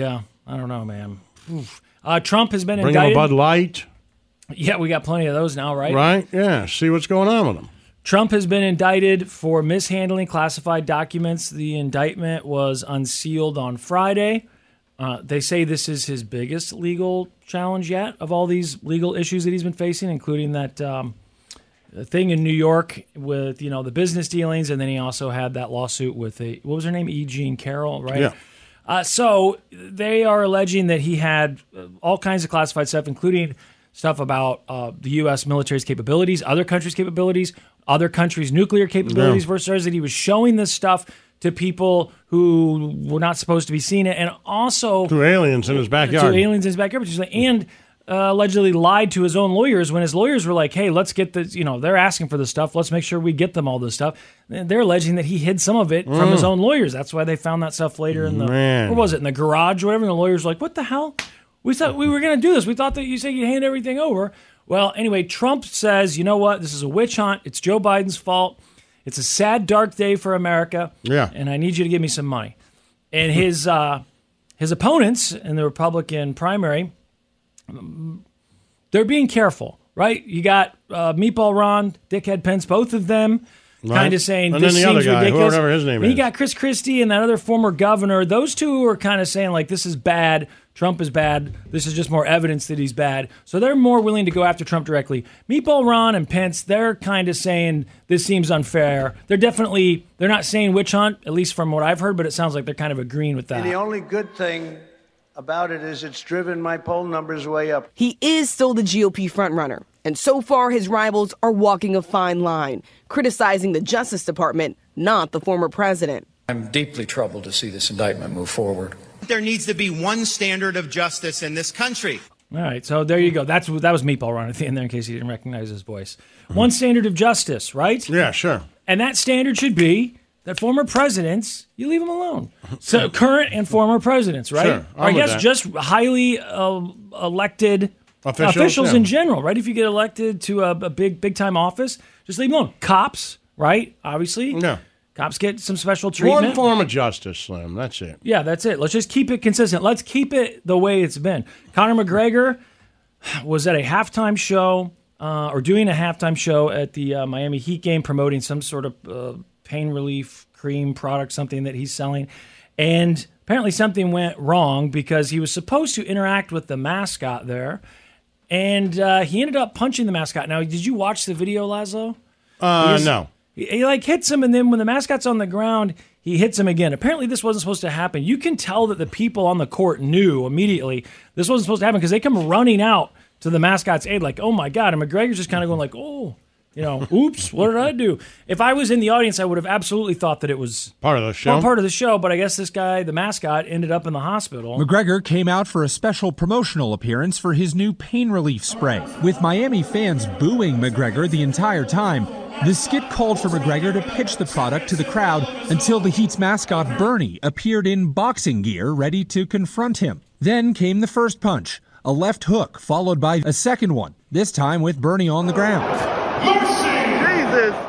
S4: yeah, I don't know, man. Oof. Uh, Trump has been
S1: Bring him a
S4: indicted.
S1: Bud Light,
S4: Yeah, we got plenty of those now, right?
S1: right? Yeah. See what's going on with him.
S4: Trump has been indicted for mishandling classified documents. The indictment was unsealed on Friday. Uh, they say this is his biggest legal challenge yet of all these legal issues that he's been facing, including that um, thing in New York with you know the business dealings, and then he also had that lawsuit with a what was her name, E. Jean Carroll, right?
S1: Yeah.
S4: Uh, so they are alleging that he had uh, all kinds of classified stuff, including stuff about uh, the U.S. military's capabilities, other countries' capabilities, other countries' nuclear capabilities
S1: Yeah.
S4: versus ours, that he was showing this stuff to people who were not supposed to be seeing it, and also
S1: Two aliens in his
S4: to
S1: backyard.
S4: aliens in his backyard, which is like- and uh, allegedly lied to his own lawyers when his lawyers were like, "Hey, let's get this. You know, they're asking for this stuff. Let's make sure we get them all this stuff." And They're alleging that he hid some of it from his
S1: Mm.
S4: own lawyers. That's why they found that stuff later in the
S1: Man.
S4: where was it in the garage, or whatever. And the lawyers were like, "What the hell? We thought we were going to do this. We thought that you said you'd hand everything over." Well, anyway, Trump says, "You know what? This is a witch hunt. It's Joe Biden's fault. It's a sad, dark day for America."
S1: Yeah.
S4: and I need you to give me some money. And his uh, his opponents in the Republican primary, um, they're being careful, right? You got uh, Meatball Ron, Dickhead Pence, both of them.
S1: Right.
S4: Kind of saying
S1: And
S4: this
S1: then the
S4: seems
S1: other guy,
S4: ridiculous.
S1: whoever his name
S4: And you
S1: is.
S4: got Chris Christie and that other former governor. Those two are kind of saying like this is bad. Trump is bad. This is just more evidence that he's bad. So they're more willing to go after Trump directly. Meatball Ron and Pence, they're kind of saying this seems unfair. They're definitely they're not saying witch hunt, at least from what I've heard, but it sounds like they're kind of agreeing with that.
S7: And the only good thing about it is it's driven my poll numbers way up.
S20: He is still the GOP frontrunner, and so far his rivals are walking a fine line, criticizing the Justice Department, not the former president.
S5: I'm deeply troubled to see this indictment move forward.
S21: There needs to be one standard of justice in this country.
S4: All right, so there you go. That's that was Meatball Ron at the end there, in case you didn't recognize his voice. One standard of justice, right?
S1: Yeah, sure.
S4: And that standard should be that former presidents, you leave them alone. So current and former presidents, right?
S1: Sure,
S4: or I
S1: I'm with
S4: guess
S1: that.
S4: just highly uh, elected
S1: Officials, yeah.
S4: in general, right? If you get elected to a, a big big time office, just leave them alone. Cops, right? Obviously,
S1: Yeah.
S4: Cops get some special treatment.
S1: One form of justice, Slim. That's it.
S4: Yeah, that's it. Let's just keep it consistent. Let's keep it the way it's been. Conor McGregor was at a halftime show uh, or doing a halftime show at the uh, Miami Heat game promoting some sort of uh, pain relief cream product, something that he's selling. And apparently something went wrong because he was supposed to interact with the mascot there. And uh, he ended up punching the mascot. Now, did you watch the video, Laszlo?
S1: Uh,
S4: He just-
S1: no.
S4: He, he, like hits him, and then when the mascot's on the ground, he hits him again. Apparently, this wasn't supposed to happen. You can tell that the people on the court knew immediately this wasn't supposed to happen because they come running out to the mascot's aid, like, "Oh my god!" And McGregor's just kind of going like, "Oh." You know, <laughs> oops, what did I do? If I was in the audience, I would have absolutely thought that it was
S1: Part of the show.
S4: well, part of the show, but I guess this guy, the mascot, ended up in the hospital.
S22: McGregor came out for a special promotional appearance for his new pain relief spray, with Miami fans booing McGregor the entire time. The skit called for McGregor to pitch the product to the crowd until the Heat's mascot Bernie appeared in boxing gear ready to confront him. Then came the first punch, a left hook followed by a second one, this time with Bernie on the ground.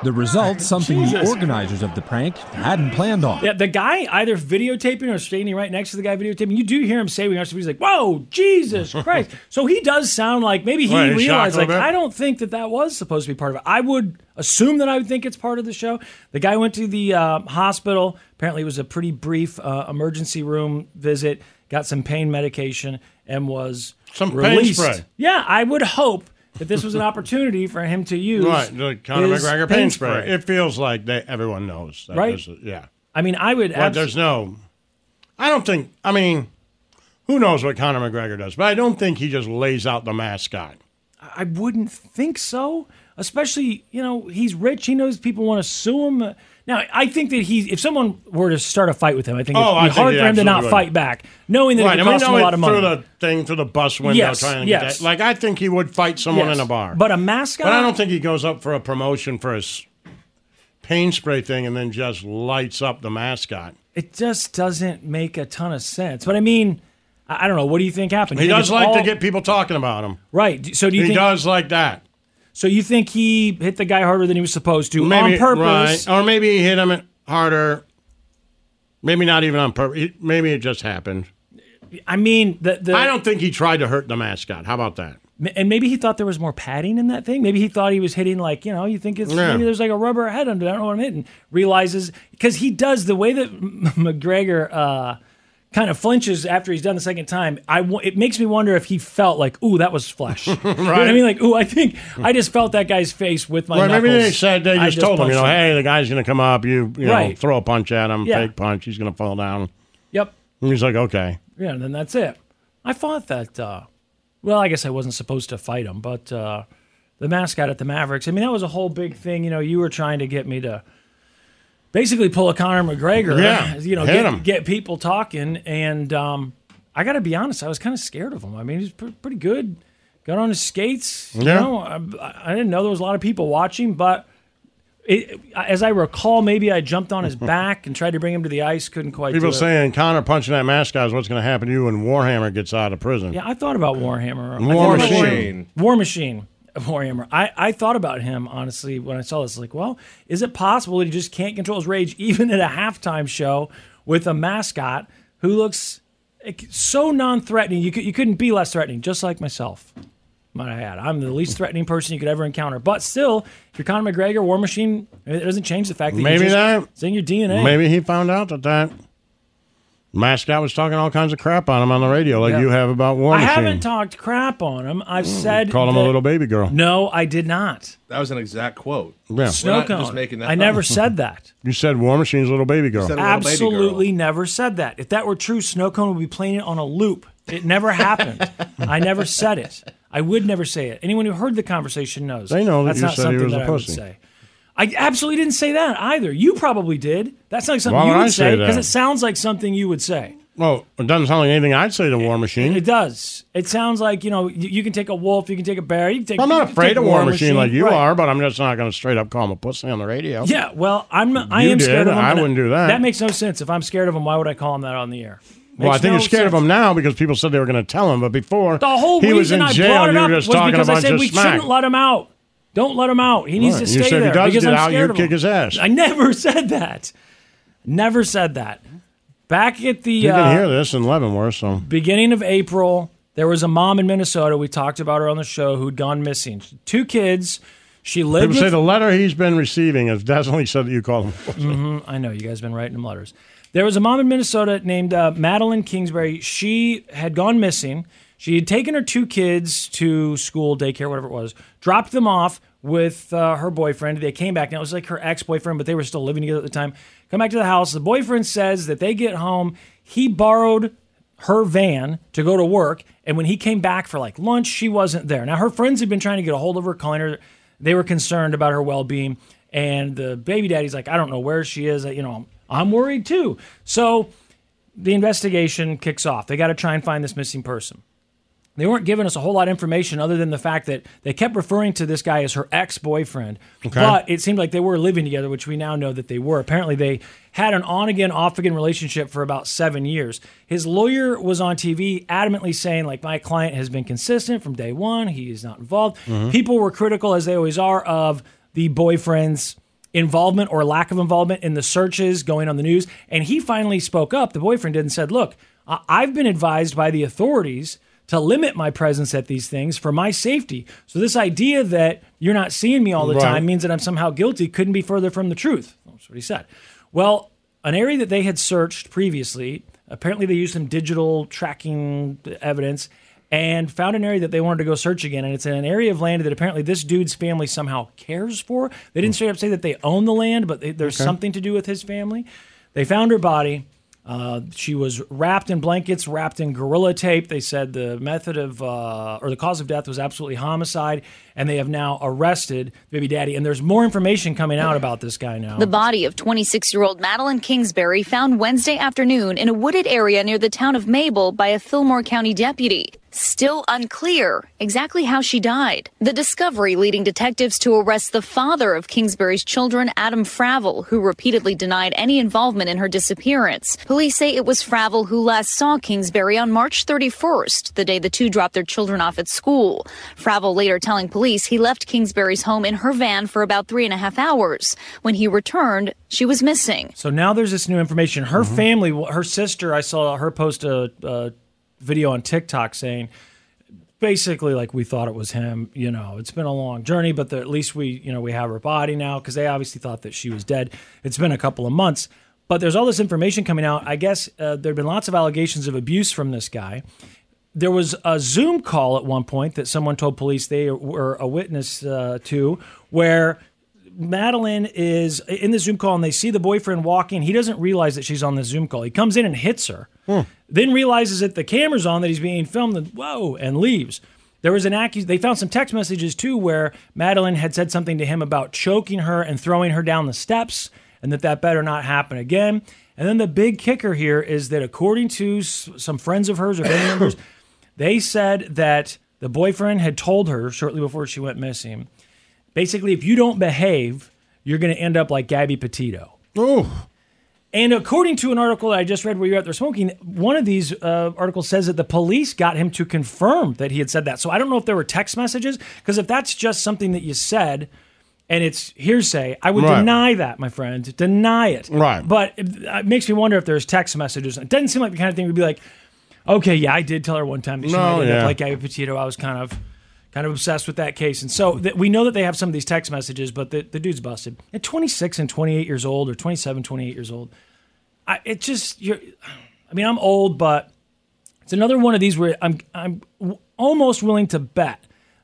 S22: The result, something the
S4: Jesus.
S22: organizers of the prank hadn't planned on.
S4: Yeah, the guy either videotaping or standing right next to the guy videotaping, you do hear him say when you're he's like, "Whoa,
S1: <laughs>
S4: Jesus Christ!" so he does sound like maybe he
S22: Right, he's shocked
S4: realized
S22: a
S4: like
S22: little bit.
S4: I don't think that that was supposed to be part of it. I would assume that I would think it's part of the show. The guy went to the uh, hospital. Apparently, it was a pretty brief uh, emergency room visit. Got some pain medication and was
S1: Some pain
S4: released.
S1: spray.
S4: Yeah, I would hope that this was an opportunity for
S1: <laughs>
S4: him to use
S1: Right, the Conor
S4: his
S1: McGregor pain spray. It feels like they, everyone knows. That
S4: Right?
S1: this is- yeah.
S4: I mean, I would.
S1: But there's no. I don't think. I mean, who knows what Conor McGregor does? But I don't think he just lays out the mascot.
S4: I wouldn't think so. Especially, you know, he's rich. He knows people want to sue him. Now, I think that he, if someone were to start a fight with him, I think it'd
S1: Oh,
S4: be
S1: I think
S4: hard
S1: he
S4: for him to
S1: absolutely
S4: not
S1: would.
S4: fight back, knowing that
S1: right,
S4: it
S1: and
S4: would
S1: we
S4: cost him
S1: know
S4: a
S1: it
S4: lot of money.
S1: through the thing through the bus window
S4: Yes,
S1: trying to
S4: yes.
S1: get that. Like I think he would fight someone
S4: Yes.
S1: in a bar,
S4: But a mascot.
S1: But I don't think he goes up for a promotion for his pain spray thing and then just lights up the mascot.
S4: It just doesn't make a ton of sense. But I mean, I I don't know. What do you think happened?
S1: He
S4: You think
S1: does
S4: it's
S1: like
S4: all-
S1: to get people talking about him.
S4: right. d- So do you
S1: he
S4: think
S1: does like that?
S4: So you think he hit the guy harder than he was supposed to on
S1: right.
S4: purpose?
S1: or maybe he hit him harder. Maybe not even on purpose. Maybe it just happened.
S4: I mean, the, the
S1: I don't think he tried to hurt the mascot. How about that?
S4: M- And maybe he thought there was more padding in that thing. Maybe he thought he was hitting like you know you think it's
S1: Yeah.
S4: maybe there's like a rubber head under. it. I don't know what I'm hitting. Realizes because he does the way that M- McGregor uh, kind of flinches after he's done the second time. I w- it makes me wonder if he felt like ooh that was flesh. <laughs> You know what I
S1: Right.
S4: mean like ooh I think I just felt that guy's face with my.
S1: Well, maybe they
S4: knuckles.
S1: said they
S4: I
S1: just, told him, you know,
S4: punched
S1: hey, the guy's going to come up. You, you know,
S4: Right.
S1: throw a punch at him,
S4: Yeah.
S1: fake punch. He's going to fall down.
S4: Yep.
S1: And he's like, okay.
S4: Yeah, and then that's it. I thought that. Uh, well, I guess I wasn't supposed to fight him, but uh, the mascot at the Mavericks. I mean, that was a whole big thing. You know, you were trying to get me to basically pull a Conor McGregor.
S1: Yeah,
S4: you know,
S1: hit
S4: get,
S1: him.
S4: get people talking, and um, I got to be honest, I was kind of scared of him. I mean, he's pr- pretty good. Got on his skates. You
S1: Yeah.
S4: know, I, I didn't know there was a lot of people watching, but. It, as I recall, maybe I jumped
S1: <laughs>
S4: on his back and tried to bring him to the ice. Couldn't quite.
S1: People
S4: do it.
S1: saying Connor punching that mascot is what's going to happen to you when Warhammer gets out of prison.
S4: Yeah, I thought about Warhammer. I
S1: War
S4: thought about
S1: Machine.
S4: War, War Machine. Warhammer. I, I thought about him, honestly, when I saw this. Like, well, is it possible that he just can't control his rage <laughs> even at a halftime show with a mascot who looks like, so non threatening? You, could, you couldn't be less threatening, just like myself. Might I add, I'm the least threatening person you could ever encounter. But still, if you're Conor McGregor, War Machine, it doesn't change the fact that
S1: Maybe
S4: you just,
S1: that-
S4: it's in your DNA.
S1: Maybe he found out that that mascot was talking all kinds of crap on him on the radio, like
S4: Yeah.
S1: you have about War
S4: I
S1: Machine. Mm,
S4: haven't talked crap on him. I've said
S1: Called him a
S4: that-
S1: little baby girl.
S4: No, I did not.
S2: That was an exact quote.
S1: Yeah.
S2: We're
S4: Snow
S2: not
S4: cone.
S2: just making that
S4: I
S2: up.
S4: never
S2: <laughs>
S4: said that.
S1: You said War Machine's little baby girl.
S2: said little baby girl.
S4: Absolutely never said that. If that were true, snow cone would be playing it on a loop. It
S2: <laughs>
S4: never happened. I never said it. I would never say it. Anyone who heard the conversation knows.
S1: They know that
S4: that's
S1: you
S4: not
S1: said he
S4: something
S1: was a
S4: that I would
S1: pussy.
S4: say. I absolutely didn't say that either. You probably did. That's not something
S1: Why
S4: you
S1: would
S4: would
S1: I say that?
S4: because it sounds like something you would say.
S1: Well, it doesn't sound like anything I'd say to War Machine.
S4: It does. It sounds like you know you, you can take a wolf, you can take a bear, you can take.
S1: I'm
S4: you
S1: not
S4: can
S1: afraid
S4: take
S1: of War Machine, like you
S4: Right.
S1: are, but I'm just not going to straight up call him a pussy on the radio.
S4: Yeah, well, I'm. I
S1: You
S4: am scared
S1: did.
S4: of him.
S1: I
S4: and
S1: wouldn't do that.
S4: That makes no sense. If I'm scared of him, why would I call him that on the air?
S1: Well, I
S4: Makes
S1: think
S4: no
S1: you're scared of
S4: sense.
S1: him now because people said they were going to tell him, but before
S4: The whole
S1: he
S4: reason
S1: was in
S4: I
S1: jail,
S4: brought it
S1: you
S4: up
S1: were just
S4: was
S1: talking
S4: because
S1: a
S4: I
S1: bunch
S4: said
S1: of
S4: we
S1: smack.
S4: shouldn't let him out. Don't let him out. He needs
S1: Right.
S4: to
S1: You
S4: stay
S1: said if
S4: there
S1: he does
S4: because
S1: get
S4: I'm
S1: out,
S4: scared
S1: you'd
S4: of him.
S1: kick his ass.
S4: I never <laughs> said that. Never said that. Back at the
S1: You
S4: uh,
S1: can hear this in Leavenworth, so
S4: beginning of April, there was a mom in Minnesota. We talked about her on the show who'd gone missing. Two kids. She lived.
S1: people say
S4: with-
S1: the letter he's been receiving has definitely said that you called him. a pussy.
S4: hmm I know you guys been writing them letters. There was a mom in Minnesota named uh, Madeline Kingsbury. She had gone missing. She had taken her two kids to school, daycare, whatever it was, dropped them off with uh, her boyfriend. They came back. Now it was like her ex boyfriend, but they were still living together at the time. Come back to the house. The boyfriend says that they get home. He borrowed her van to go to work. And when he came back for like lunch, she wasn't there. Now her friends had been trying to get a hold of her, calling her. They were concerned about her well being. And the baby daddy's like, I don't know where she is. You know, I'm worried too. So the investigation kicks off. They got to try and find this missing person. They weren't giving us a whole lot of information other than the fact that they kept referring to this guy as her ex boyfriend.
S1: Okay.
S4: But it seemed like they were living together, which we now know that they were. Apparently, they had an on again, off again relationship for about seven years. His lawyer was on TV adamantly saying, like, my client has been consistent from day one. He is not involved.
S23: Mhm.
S4: People were critical, as they always are, of the boyfriend's involvement or lack of involvement in the searches going on the news. And he finally spoke up. The boyfriend did and said, Look, I- I've been advised by the authorities to limit my presence at these things for my safety. So this idea that you're not seeing me all the
S1: Right.
S4: time means that I'm somehow guilty couldn't be further from the truth. That's what he said. Well, an area that they had searched previously, apparently they used some digital tracking evidence and found an area that they wanted to go search again. And it's in an area of land that apparently this dude's family somehow cares for. They didn't straight up say that they own the land, but they, there's
S23: Okay.
S4: something to do with his family. They found her body. Uh, she was wrapped in blankets, wrapped in gorilla tape. They said the method of uh, or the cause of death was absolutely homicide, and they have now arrested baby daddy. And there's more information coming out about this guy now.
S23: The body of 26 year old Madeline Kingsbury found Wednesday afternoon in a wooded area near the town of Mabel by a Fillmore County deputy. Still unclear exactly how she died. The discovery leading detectives to arrest the father of Kingsbury's children, Adam Fravel, who repeatedly denied any involvement in her disappearance. Police say it was Fravel who last saw Kingsbury on March 31st, the day the two dropped their children off at school. Fravel later telling police he left Kingsbury's home in her van for about three and a half hours. When he returned, she was missing.
S4: So now there's this new information. Her family, her sister, I saw her post a, a video on TikTok saying, basically, like we thought it was him. You know, it's been a long journey, but the, at least we, you know, we have her body now because they obviously thought that she was dead. It's been a couple of months, but there's all this information coming out. I guess uh, there've been lots of allegations of abuse from this guy. There was a Zoom call at one point that someone told police they were a witness uh, to, where Madeline is in the Zoom call and they see the boyfriend walking. He doesn't realize that she's on the Zoom call. He comes in and hits her, then realizes that the camera's on, that he's being filmed, and whoa, and leaves. There was an accus- they found some text messages too where Madeline had said something to him about choking her and throwing her down the steps and that that better not happen again. And then the big kicker here is that according to s- some friends of hers or family members, they said that the boyfriend had told her shortly before she went missing basically if you don't behave you're going to end up like gabby petito
S1: oh
S4: and according to an article that i just read where you're out there smoking one of these uh, articles says that the police got him to confirm that he had said that so i don't know if there were text messages because if that's just something that you said and it's hearsay i would
S1: Right.
S4: deny that my friend deny it
S1: Right.
S4: but it, it makes me wonder if there's text messages it doesn't seem like the kind of thing would be like okay yeah i did tell her one time that she
S1: No,
S4: might end
S1: yeah.
S4: up like gabby petito i was kind of kind of obsessed with that case. And so th- we know that they have some of these text messages, but the, the dude's busted at 26 and 28 years old or 27, 28 years old. I, it just, you're, I mean, I'm old, but it's another one of these where I'm, I'm w- almost willing to bet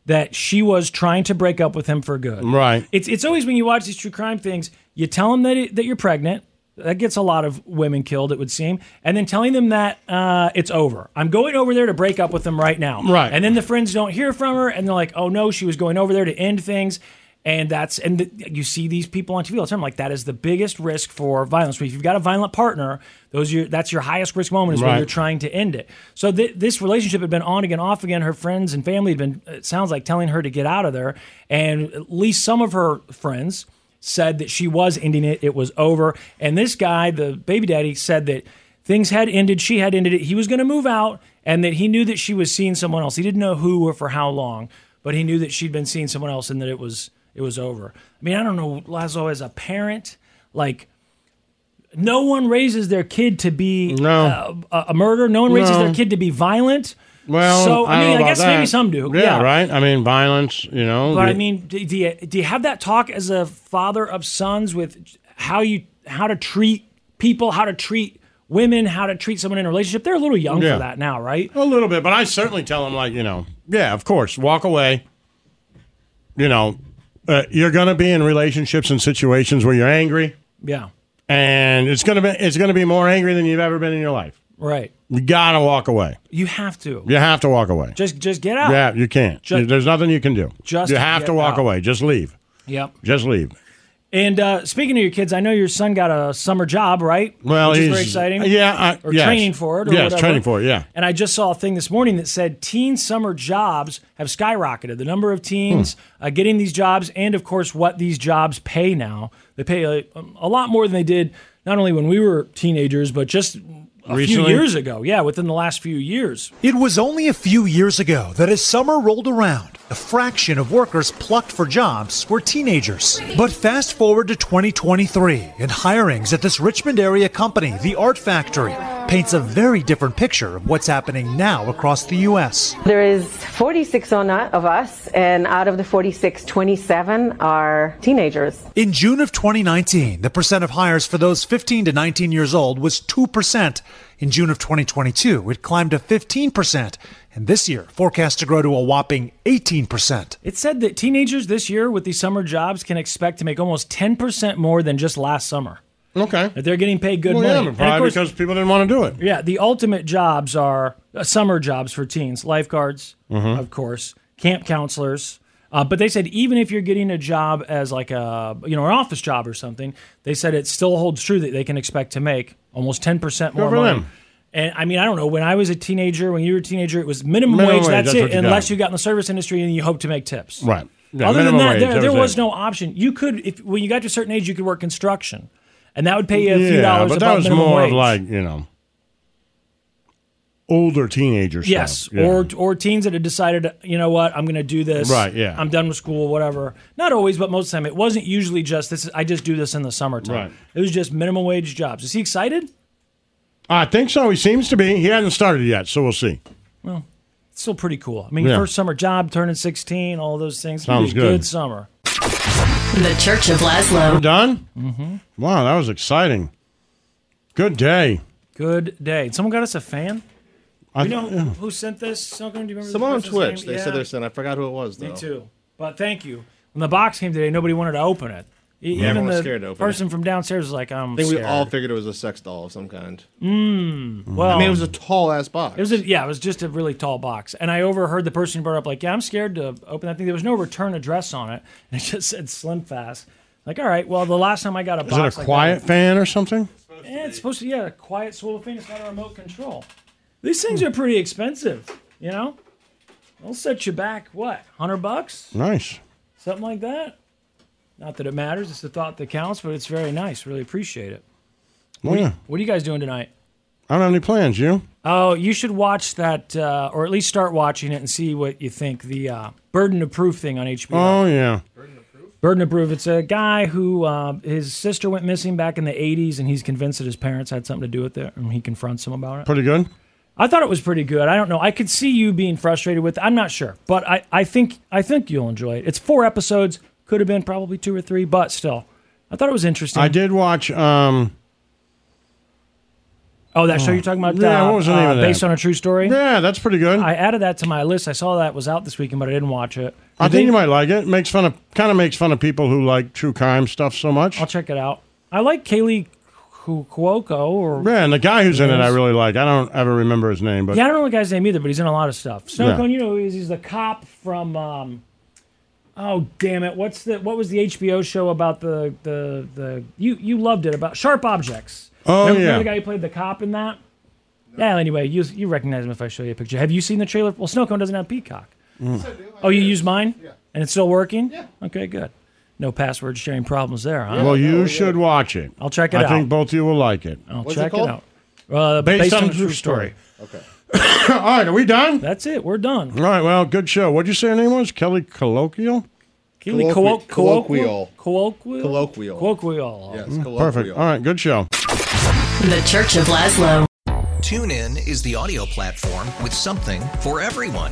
S4: that she was trying to break up with him for good.
S1: Right.
S4: It's, it's always when you watch these true crime things, you tell them that, it, that you're pregnant. That gets a lot of women killed, it would seem. And then telling them that uh, it's over. I'm going over there to break up with them right now.
S1: Right.
S4: And then the friends don't hear from her, and they're like, "Oh no, she was going over there to end things." And that's and th- you see these people on TV all the time. Like that is the biggest risk for violence. If you've got a violent partner, those are your, that's your highest risk moment is when
S1: Right.
S4: you're trying to end it. So th- this relationship had been on again, off again. Her friends and family had been it sounds like telling her to get out of there, and at least some of her friends said that she was ending it. It was over. And this guy, the baby daddy, said that things had ended. She had ended it. He was going to move out and that he knew that she was seeing someone else. He didn't know who or for how long, but he knew that she'd been seeing someone else and that it was it was over. I mean, I don't know, Lazo, as a parent, like no one raises their kid to be no. a, a murderer. No one raises
S1: No.
S4: their kid to be violent.
S1: Well,
S4: so
S1: don't know
S4: I, mean, I
S1: about
S4: guess
S1: that.
S4: maybe some do.
S1: Yeah, right. I mean, violence. You know,
S4: But I
S1: the-
S4: mean, do, do you do you have that talk as a father of sons with how you how to treat people, how to treat women, how to treat someone in a relationship? They're a little young
S1: Yeah.
S4: for that now, right?
S1: a little bit. But I certainly tell them, like, you know, yeah, of course, walk away. You know, uh, you're going to be in relationships and situations where you're angry,
S4: Yeah,
S1: and it's going to be it's going to be more angry than you've ever been in your life.
S4: right.
S1: You got to walk away.
S4: You have to
S1: You have to walk away.
S4: just just get out.
S1: Yeah, you can't.
S4: Ju-
S1: There's nothing you can do.
S4: Just
S1: you have
S4: get
S1: to walk
S4: out.
S1: away. Just leave.
S4: Yep.
S1: Just leave.
S4: And uh, speaking of your kids, I know your son got a summer job, right?
S1: Well,
S4: Which is
S1: he's
S4: very exciting.
S1: Yeah, I,
S4: or
S1: yes.
S4: training for it, or
S1: yes,
S4: whatever.
S1: training for it. Yeah.
S4: And I just saw a thing this morning that said teen summer jobs have skyrocketed. The number of teens
S1: Hmm.
S4: uh, getting these jobs, and of course, what these jobs pay now. They pay a, a lot more than they did not only when we were teenagers, but just a few
S24: Recently?
S4: years ago. Yeah, within the last few years.
S24: It was only a few years ago that as summer rolled around, a fraction of workers plucked for jobs were teenagers. But fast forward to 2023, and hirings at this Richmond area company, The Art Factory, paints a very different picture of what's happening now across the U.S.
S25: There is 46 on, of us, and out of the 46, 27 are teenagers.
S24: In June of 2019, the percent of hires for those 15 to 19 years old was 2%. In June of 2022, it climbed to 15%, and this year forecast to grow to a whopping 18%.
S4: It said that teenagers this year with these summer jobs can expect to make almost 10% more than just last summer.
S1: Okay.
S4: That they're getting paid good
S1: Well, yeah, but
S4: money. And of
S1: probably
S4: course-
S1: because people didn't want to do it.
S4: Yeah, the ultimate jobs are uh, summer jobs for teens, lifeguards,
S1: Mhm.
S4: of course, camp counselors. Uh, but they said even if you're getting a job as like a you know an office job or something, they said it still holds true that they can expect to make almost ten percent
S1: Good
S4: more
S1: for
S4: money.
S1: them.
S4: And I mean, I don't know. When I was a teenager, when you were a teenager, it was minimum,
S1: Minimum
S4: wage.
S1: wage,
S4: That's,
S1: that's
S4: it,
S1: what you got.
S4: unless you got in the service industry and you hope to make tips.
S1: Right. Yeah,
S4: Other than
S1: minimum
S4: that,
S1: wage,
S4: there,
S1: that
S4: there
S1: was
S4: was
S1: it.
S4: no option. You could, if when you got to a certain age, you could work construction, and that would pay you a few
S1: yeah,
S4: dollars.
S1: but
S4: above
S1: that was
S4: minimum
S1: more
S4: wage.
S1: of like you know older teenager
S4: Yes,
S1: stuff. Yeah.
S4: or or teens that had decided, you know what, I'm going to do this.
S1: Right, yeah.
S4: I'm done with school, whatever. Not always, but most of the time, it wasn't usually just this. is- I just do this in the summertime.
S1: Right.
S4: It was just minimum wage jobs. Is he excited?
S1: I think so. He seems to be. He hasn't started yet, so we'll see.
S4: Well, it's still pretty cool. I mean,
S1: Yeah.
S4: first summer job, turning 16, all those things. It'll
S1: Sounds
S4: be a
S1: good.
S4: Good summer.
S10: The Church of
S1: We're
S10: Laszlo.
S1: done. Mm-hmm. Wow, that was exciting. Good day.
S4: Good day. Someone got us a fan.
S1: I-
S4: you know
S1: yeah.
S4: who sent this? Someone, do you remember the
S2: Someone on
S4: person's
S2: Twitch.
S4: name?
S2: They
S4: Yeah.
S2: said they're sent. I forgot who it was though.
S4: Me too. But thank you. When the box came today, nobody wanted to open it. E-
S2: Yeah, everyone
S4: Even
S2: was
S4: the
S2: scared to open it.
S4: person from downstairs was like, "I'm
S2: I think we
S4: scared."
S2: all figured it was a sex doll of some kind.
S4: Mm, well,
S2: I mean, it was a tall ass box.
S4: It was a, yeah, it was just a really tall box, and I overheard the person who brought up like, "Yeah, I'm scared to open that thing." There was no return address on it, and it <laughs> just said Slim Fast. Like, all right, well, the last time I got a
S1: Is it a
S4: box, like
S1: quiet
S4: that-
S1: fan or something?
S4: Eh, it's supposed to yeah, a quiet swivel thing. It's not a remote control. These
S1: Hmm.
S4: things are pretty expensive, you know. They'll set you back what, hundred bucks,
S1: Nice.
S4: something like that. Not that it matters. It's the thought that counts, but it's very nice. Really appreciate it.
S1: Well, yeah.
S4: What are you guys doing tonight?
S1: I don't have any plans. You?
S4: Oh, you should watch that, uh, or at least start watching it and see what you think. The uh, burden of proof thing on HBO.
S1: Oh yeah.
S4: Burden of proof. It's a guy who uh, his sister went missing back in the '80s, and he's convinced that his parents had something to do with it, and he confronts him about it.
S1: Pretty good.
S4: I thought it was pretty good. I don't know. I could see you being frustrated with. I'm not sure, but I, I think I think you'll enjoy it. It's four episodes. Could have been probably two or three, but still, I thought it was interesting.
S1: I did watch. Um,
S4: Oh, that show you're talking about?
S1: Yeah,
S4: uh,
S1: what was the name
S4: uh,
S1: of that?
S4: Based on a true story.
S1: Yeah, that's pretty good.
S4: I added that to my list. I saw that was out this weekend, but I didn't watch it.
S1: I think you might like it. It makes fun of kind of makes fun of people who like true crime stuff so much.
S4: I'll check it out. I like Kaylee Ku- Cuoco. Or
S1: Yeah, and the guy who's in it, I
S4: Yes.
S1: really like. I don't ever remember his name, but
S4: yeah, I don't know the guy's name either, but he's in a lot of stuff.
S1: Yeah.
S4: Snowcone, you know, who he is he's the cop from. Um, oh damn it! What's the what was the HBO show about the the the you you loved it about Sharp Objects?
S1: Oh,
S4: remember,
S1: yeah.
S4: remember the guy who played the cop in that. Yeah. Anyway, you you recognize him if I show you a picture. Have you seen the trailer? Well, Snowcone doesn't have Peacock.
S1: Mm.
S4: Oh, you use mine? Yeah. And it's still working? Yeah. Okay, good. No password sharing problems there, huh?
S1: well, you should watch it.
S4: I'll check it
S1: I think
S4: out. Oh.
S1: both of you will like it. <coughs>
S4: I'll
S1: What's it
S4: check it,
S1: called?
S4: out. Uh,
S1: Based on a true
S4: Okay.
S1: All right, are we done?
S4: That's it. We're done.
S1: All right, well, good show. What'd you say her name was? Kelly Colloquial?
S4: Keely
S2: Colloqui-
S4: colloquial.
S2: colloquial.
S4: Colloquial.
S2: Colloquial.
S4: Colloquial.
S2: Yes,
S1: Mm,
S2: colloquial.
S1: Perfect. All right, good show.
S10: The Church of Laszlo.
S8: TuneIn is the audio platform with something for everyone.